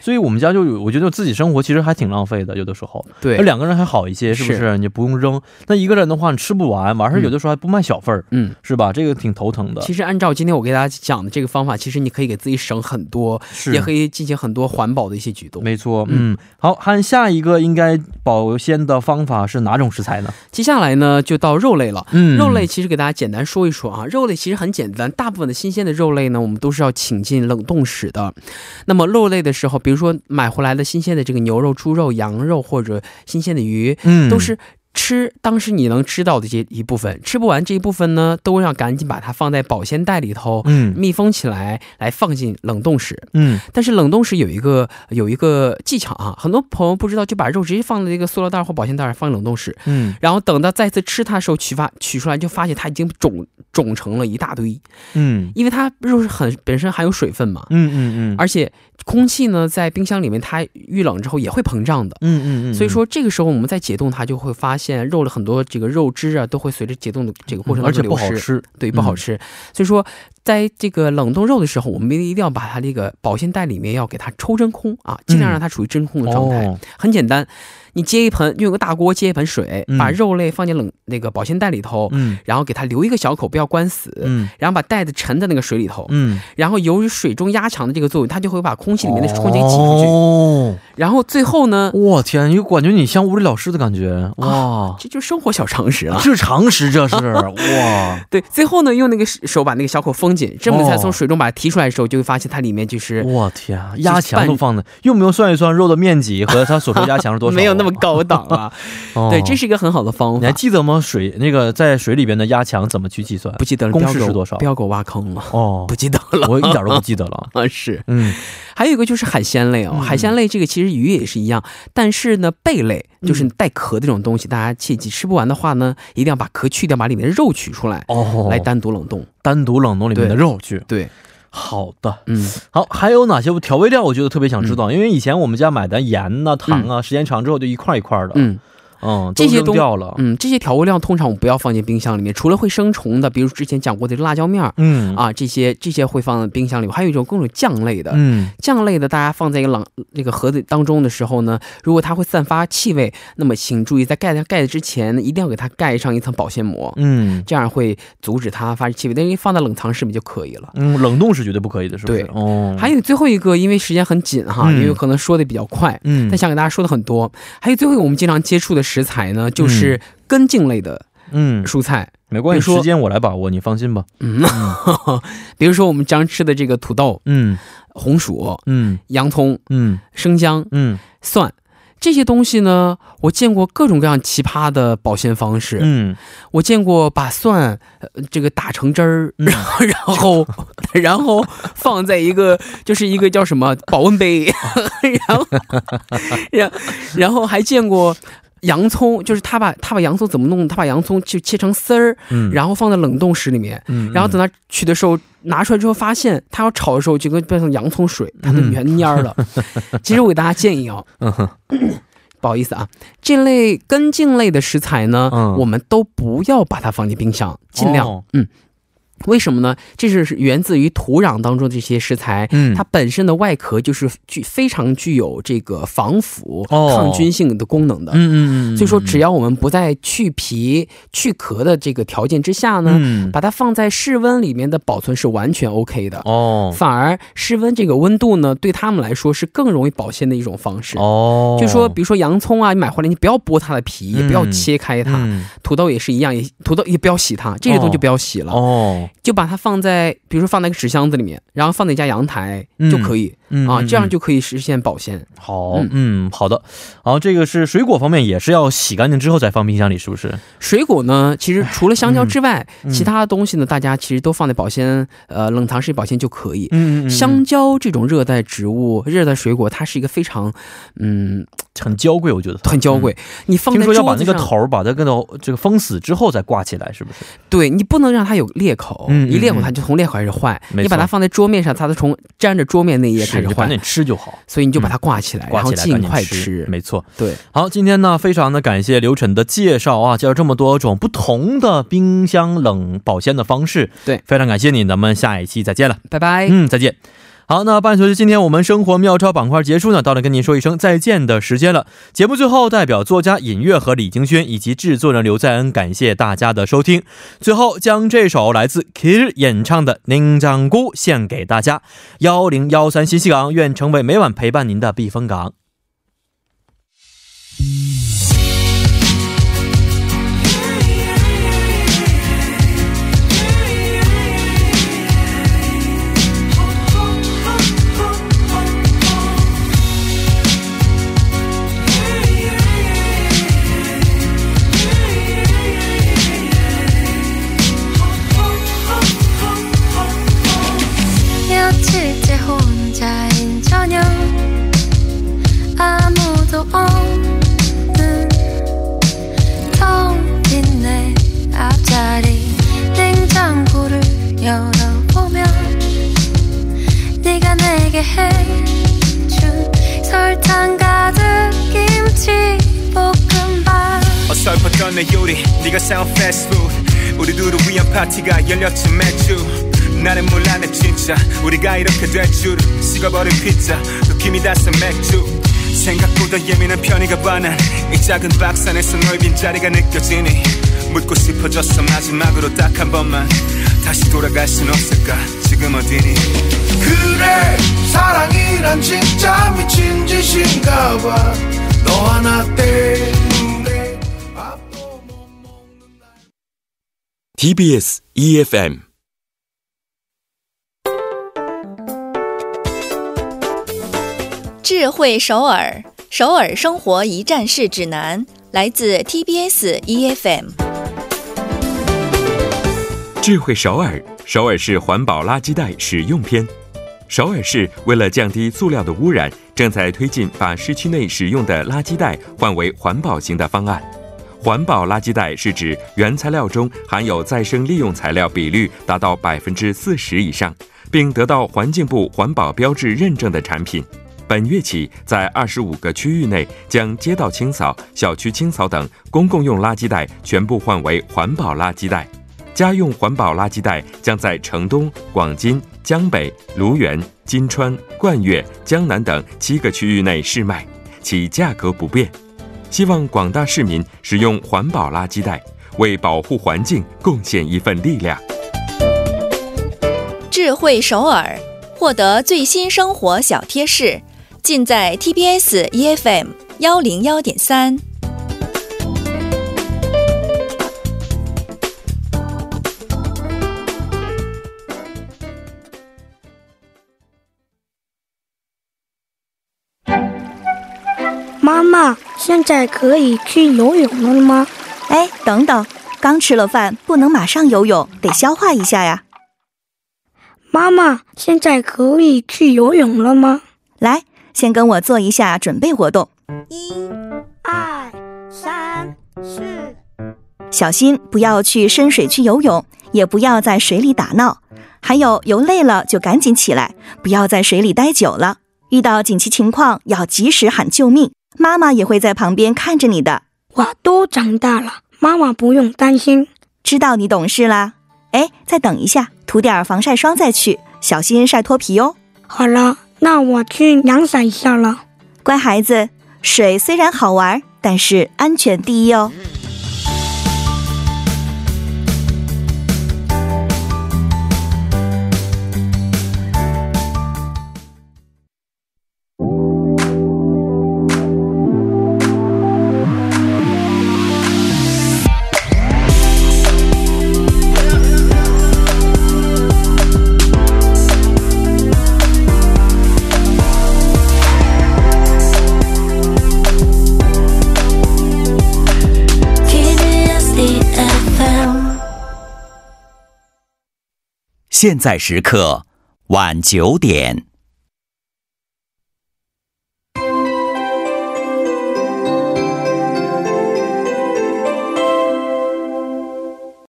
Speaker 2: 所以我们家就有，我觉得自己生活其实还挺浪费的，有的时候。
Speaker 7: 对
Speaker 2: 那两个人还好一些，是不是？
Speaker 7: 是
Speaker 2: 你不用扔。那一个人的话，你吃不完，完事儿有的时候还不卖小份儿，
Speaker 7: 嗯，
Speaker 2: 是吧？这个挺头疼的。
Speaker 7: 其实按照今天我给大家讲的这个方法，其实你可以给自己省很多，也可以进行很多环保的一些举动。
Speaker 2: 没错，嗯，好，看下一个应该保鲜的方法是哪种食材呢？
Speaker 7: 接下来呢，就到肉类了。
Speaker 2: 嗯
Speaker 7: 肉类其实给大家简单说一说啊，肉类其实很简单，大部分的新鲜的肉类呢，我们都是要请进冷冻室的。那么肉类的时候，比如说买回来的新鲜的这个牛肉、猪肉、羊肉或者新鲜的鱼，
Speaker 2: 嗯
Speaker 7: 都是。吃当时你能吃到的这一部分，吃不完这一部分呢，都要赶紧把它放在保鲜袋里头，
Speaker 2: 嗯
Speaker 7: 密封起来，来放进冷冻室。
Speaker 2: 嗯
Speaker 7: 但是冷冻室有一个有一个技巧啊，很多朋友不知道，就把肉直接放在这个塑料袋或保鲜袋放冷冻室，
Speaker 2: 嗯
Speaker 7: 然后等到再次吃它的时候取发取出来，就发现它已经肿肿成了一大堆，
Speaker 2: 嗯
Speaker 7: 因为它肉是很本身含有水分嘛，
Speaker 2: 嗯嗯嗯，
Speaker 7: 而且空气呢在冰箱里面它遇冷之后也会膨胀的，
Speaker 2: 嗯嗯嗯，
Speaker 7: 所以说这个时候我们在解冻它就会发现肉的很多这个肉汁啊，都会随着解冻的这个过程
Speaker 2: 嗯而
Speaker 7: 当
Speaker 2: 且
Speaker 7: 中流
Speaker 2: 不
Speaker 7: 失，
Speaker 2: 好吃，嗯
Speaker 7: 对，不好吃。所以说，在这个冷冻肉的时候，我们一定要把它这个保鲜袋里面要给它抽真空啊，尽量让它处于真空的状态。
Speaker 2: 嗯哦
Speaker 7: 很简单，你接一盆，用一个大锅接一盆水，
Speaker 2: 嗯
Speaker 7: 把肉类放进冷那个保鲜袋里头，
Speaker 2: 嗯
Speaker 7: 然后给它留一个小口，不要关死，
Speaker 2: 嗯
Speaker 7: 然后把袋子沉在那个水里头，
Speaker 2: 嗯，
Speaker 7: 然后由于水中压强的这个作用，它就会把空气里面的空气给挤出去，
Speaker 2: 哦，
Speaker 7: 然后最后呢，
Speaker 2: 我天，你感觉你像物理老师的感觉，哇，
Speaker 7: 这就是生活小常识了。
Speaker 2: 这常识这 是哇，
Speaker 7: 对，最后呢，用那个手把那个小口封紧，这么才
Speaker 2: 哦
Speaker 7: 从水中把它提出来的时候，就会发现它里面就是
Speaker 2: 我天，啊压强都放的，用不用算一算肉的面积和它所说压强是多 少？
Speaker 7: 没有那么高档 啊。
Speaker 2: 哦
Speaker 7: 对，这是一个很好的方
Speaker 2: 你
Speaker 7: 法
Speaker 2: 还。记得吗？水那个在水里边的压强怎么去计算？
Speaker 7: 不记得了，
Speaker 2: 公
Speaker 7: 彪
Speaker 2: 式
Speaker 7: 狗
Speaker 2: 是多少？
Speaker 7: 彪狗挖坑了，
Speaker 2: 哦，
Speaker 7: 不记得了，
Speaker 2: 我一点都不记得 了。
Speaker 7: 啊，是，
Speaker 2: 嗯，
Speaker 7: 还有一个就是海鲜类哦，海鲜类这个其实鱼也是一样，但是呢，贝类
Speaker 2: 嗯
Speaker 7: 就是带壳的这种东西，大家切记吃不完的话呢，一定要把壳去掉，把里面的肉取出来，
Speaker 2: 哦
Speaker 7: 来单独冷冻。
Speaker 2: 单独冷冻里面的
Speaker 7: 对
Speaker 2: 肉去。
Speaker 7: 对，
Speaker 2: 好的，
Speaker 7: 嗯，
Speaker 2: 好，还有哪些调味料？我觉得特别想知道，因为以前我们家买的盐呐、糖啊，时间长之后就一块一块的，
Speaker 7: 嗯
Speaker 2: 嗯，
Speaker 7: 这些
Speaker 2: 都
Speaker 7: 东
Speaker 2: 扔掉了。
Speaker 7: 嗯，这些调味料通常我们不要放进冰箱里面，除了会生虫的，比如之前讲过的辣椒面儿，
Speaker 2: 嗯
Speaker 7: 啊，这些这些会放在冰箱里。还有一种各种酱类的，
Speaker 2: 嗯，
Speaker 7: 酱类的大家放在一个冷这个盒子当中的时候呢，如果它会散发气味，那么请注意在盖它盖子之前呢，一定要给它盖上一层保鲜膜，
Speaker 2: 嗯
Speaker 7: 这样会阻止它发气味。但是放在冷藏室里面就可以了。
Speaker 2: 嗯，冷冻是绝对不可以的，是不是？
Speaker 7: 对
Speaker 2: 哦，
Speaker 7: 还有最后一个，因为时间很紧哈，
Speaker 2: 嗯
Speaker 7: 因为可能说的比较快，
Speaker 2: 嗯
Speaker 7: 但想给大家说的很多。还有最后一个我们经常接触的食材呢，就是根茎类的
Speaker 2: 嗯，
Speaker 7: 蔬菜，
Speaker 2: 没关
Speaker 7: 比
Speaker 2: 系，
Speaker 7: 如说
Speaker 2: 时间我来把握，你放心吧。
Speaker 7: 嗯，比如说我们常吃的这个土豆、
Speaker 2: 嗯
Speaker 7: 红薯、
Speaker 2: 嗯
Speaker 7: 洋葱、
Speaker 2: 嗯
Speaker 7: 生姜、
Speaker 2: 嗯
Speaker 7: 蒜。这些东西呢，我见过各种各样奇葩的保鲜方式。
Speaker 2: 嗯，
Speaker 7: 我见过把蒜、呃、这个打成汁儿，
Speaker 2: 嗯
Speaker 7: 然后然后然 后放在一个就是一个叫什么保温 杯，然后然然后还见过。洋葱就是他把他把洋葱怎么弄？他把洋葱就切成丝儿，
Speaker 2: 嗯
Speaker 7: 然后放在冷冻室里面，
Speaker 2: 嗯
Speaker 7: 然后等他取的时候拿出来之后，发现他要炒的时候就跟变成洋葱水，它都
Speaker 2: 嗯
Speaker 7: 原蔫儿了。其实我给大家建议啊、不好意思啊，这类根茎类的食材呢，
Speaker 2: 嗯
Speaker 7: 我们都不要把它放进冰箱，尽量、
Speaker 2: 哦
Speaker 7: 嗯。为什么呢？这是源自于土壤当中这些食材，
Speaker 2: 嗯
Speaker 7: 它本身的外壳就是具非常具有这个防腐、
Speaker 2: 哦
Speaker 7: 抗菌性的功能的。
Speaker 2: 嗯嗯嗯，
Speaker 7: 所以说，只要我们不在去皮、去壳的这个条件之下呢，
Speaker 2: 嗯
Speaker 7: 把它放在室温里面的保存是完全 OK 的。
Speaker 2: 哦
Speaker 7: 反而室温这个温度呢，对他们来说是更容易保鲜的一种方式。
Speaker 2: 哦，
Speaker 7: 就说，比如说洋葱啊，你买回来你不要剥它的皮，也不要切开它。
Speaker 2: 嗯
Speaker 7: 土豆也是一样，也土豆也不要洗它，这些东西就不要洗了，啊
Speaker 2: 哦，
Speaker 7: 就把它放在，比如说放在一个纸箱子里面，然后放在你家阳台、
Speaker 2: 嗯
Speaker 7: 就可以、
Speaker 2: 嗯
Speaker 7: 啊，
Speaker 2: 嗯
Speaker 7: 这样
Speaker 2: 嗯
Speaker 7: 就可以实现保鲜。
Speaker 2: 好，嗯，好的，然后这个是水果方面也是要洗干净之后再放冰箱里，是不是？
Speaker 7: 水果呢，其实除了香蕉之外，
Speaker 2: 嗯
Speaker 7: 其他的东西呢，大家其实都放在保鲜呃冷藏室保鲜就可以。
Speaker 2: 嗯嗯嗯嗯
Speaker 7: 香蕉这种热带植物、热带水果，它是一个非常嗯
Speaker 2: 很娇贵，我觉得它
Speaker 7: 很娇贵。你放在
Speaker 2: 嗯听说要把
Speaker 7: 桌
Speaker 2: 那
Speaker 7: 子
Speaker 2: 个
Speaker 7: 上
Speaker 2: 头儿把它跟到这个封死之后再挂起来，是不是？
Speaker 7: 对你不能让它有裂口，
Speaker 2: 嗯嗯
Speaker 7: 一裂口
Speaker 2: 嗯
Speaker 7: 它就从裂口开始坏。
Speaker 2: 没
Speaker 7: 你把
Speaker 2: 错
Speaker 7: 它放在桌面上，它都从粘着桌面那一页开
Speaker 2: 是，
Speaker 7: 始
Speaker 2: 就赶
Speaker 7: 坏
Speaker 2: 紧，吃就好，
Speaker 7: 所以你就把它挂起来，
Speaker 2: 嗯挂
Speaker 7: 然后
Speaker 2: 起来
Speaker 7: 尽
Speaker 2: 赶紧
Speaker 7: 快
Speaker 2: 吃，没错。
Speaker 7: 对，
Speaker 2: 好，今天呢，非常的感谢刘晨的介绍啊，介绍这么多种不同的冰箱冷保鲜的方式，
Speaker 7: 对，
Speaker 2: 非常感谢你，咱们下一期再见了，
Speaker 7: 拜拜。
Speaker 2: 嗯，再见。好，那伴随着今天我们生活妙招板块结束呢，到了跟您说一声再见的时间了。节目最后，代表作家尹月和李京轩以及制作人刘在恩，感谢大家的收听。最后，将这首来自 Kill 演唱的《宁江姑》献给大家。幺零幺三信息港，愿成为每晚陪伴您的避风港。
Speaker 17: 며칠째 혼자인 저녁 아무도 없는 텅 빈 내 앞자리 냉장고를 열어보면 네가 내게 해준 설탕 가득 김치 볶음밥
Speaker 18: 어설픈 먹었던 내 요리 네가 사온 패스트푸드 우리 둘을 위한 파티가 열렸지 매주 나는 몰랐네 진짜 우리가 이렇게 될 줄을 식어버린 피자 또 김이 닿은 맥주 생각보다 예민한 편이가 반한 이 작은 박산에서 넓은 자리가 느껴지니 묻고 싶어졌어 마지막으로 딱 한 번만 다시 돌아갈 순 없을까 지금 어디니
Speaker 6: 그래 사랑이란 진짜 미친 짓인가 봐너 하나 때문에
Speaker 11: TBS EFM
Speaker 19: 《智慧首尔首尔生活一站式指南》来自 TBS EFM。
Speaker 20: 智慧首尔，首尔市环保垃圾袋使用篇。首尔市为了降低塑料的污染，正在推进把市区内使用的垃圾袋换为环保型的方案。环保垃圾袋是指原材料中含有再生利用材料比率达到百分之四十以上，并得到环境部环保标志认证的产品。本月起，在二十五个区域内将街道清扫、小区清扫等公共用垃圾袋全部换为环保垃圾袋。家用环保垃圾袋将在城东、广津、江北、卢园、金川、冠岳、江南等七个区域内试卖，其价格不变。希望广大市民使用环保垃圾袋，为保护环境贡献一份力量。
Speaker 19: 智慧首尔获得最新生活小贴士，尽在 TBS EFM E 幺零幺点三。
Speaker 21: 妈妈，现在可以去游泳了吗？
Speaker 22: 哎，等等，刚吃了饭，不能马上游泳，得消化一下呀。
Speaker 21: 妈妈，现在可以去游泳了吗？
Speaker 22: 来，先跟我做一下准备活动，
Speaker 21: 一、二、三、四。
Speaker 22: 小心不要去深水区游泳，也不要在水里打闹。还有，游累了就赶紧起来，不要在水里待久了。遇到紧急情况要及时喊救命，妈妈也会在旁边看着你的。
Speaker 21: 我都长大了，妈妈不用担心。
Speaker 22: 知道你懂事啦。哎，再等一下，涂点防晒霜再去，小心晒脱皮哦。
Speaker 21: 好了，那我去阳伞一下了。
Speaker 22: 乖孩子，水虽然好玩，但是安全第一哦。
Speaker 23: TBS EFM
Speaker 24: 现在时刻晚九点。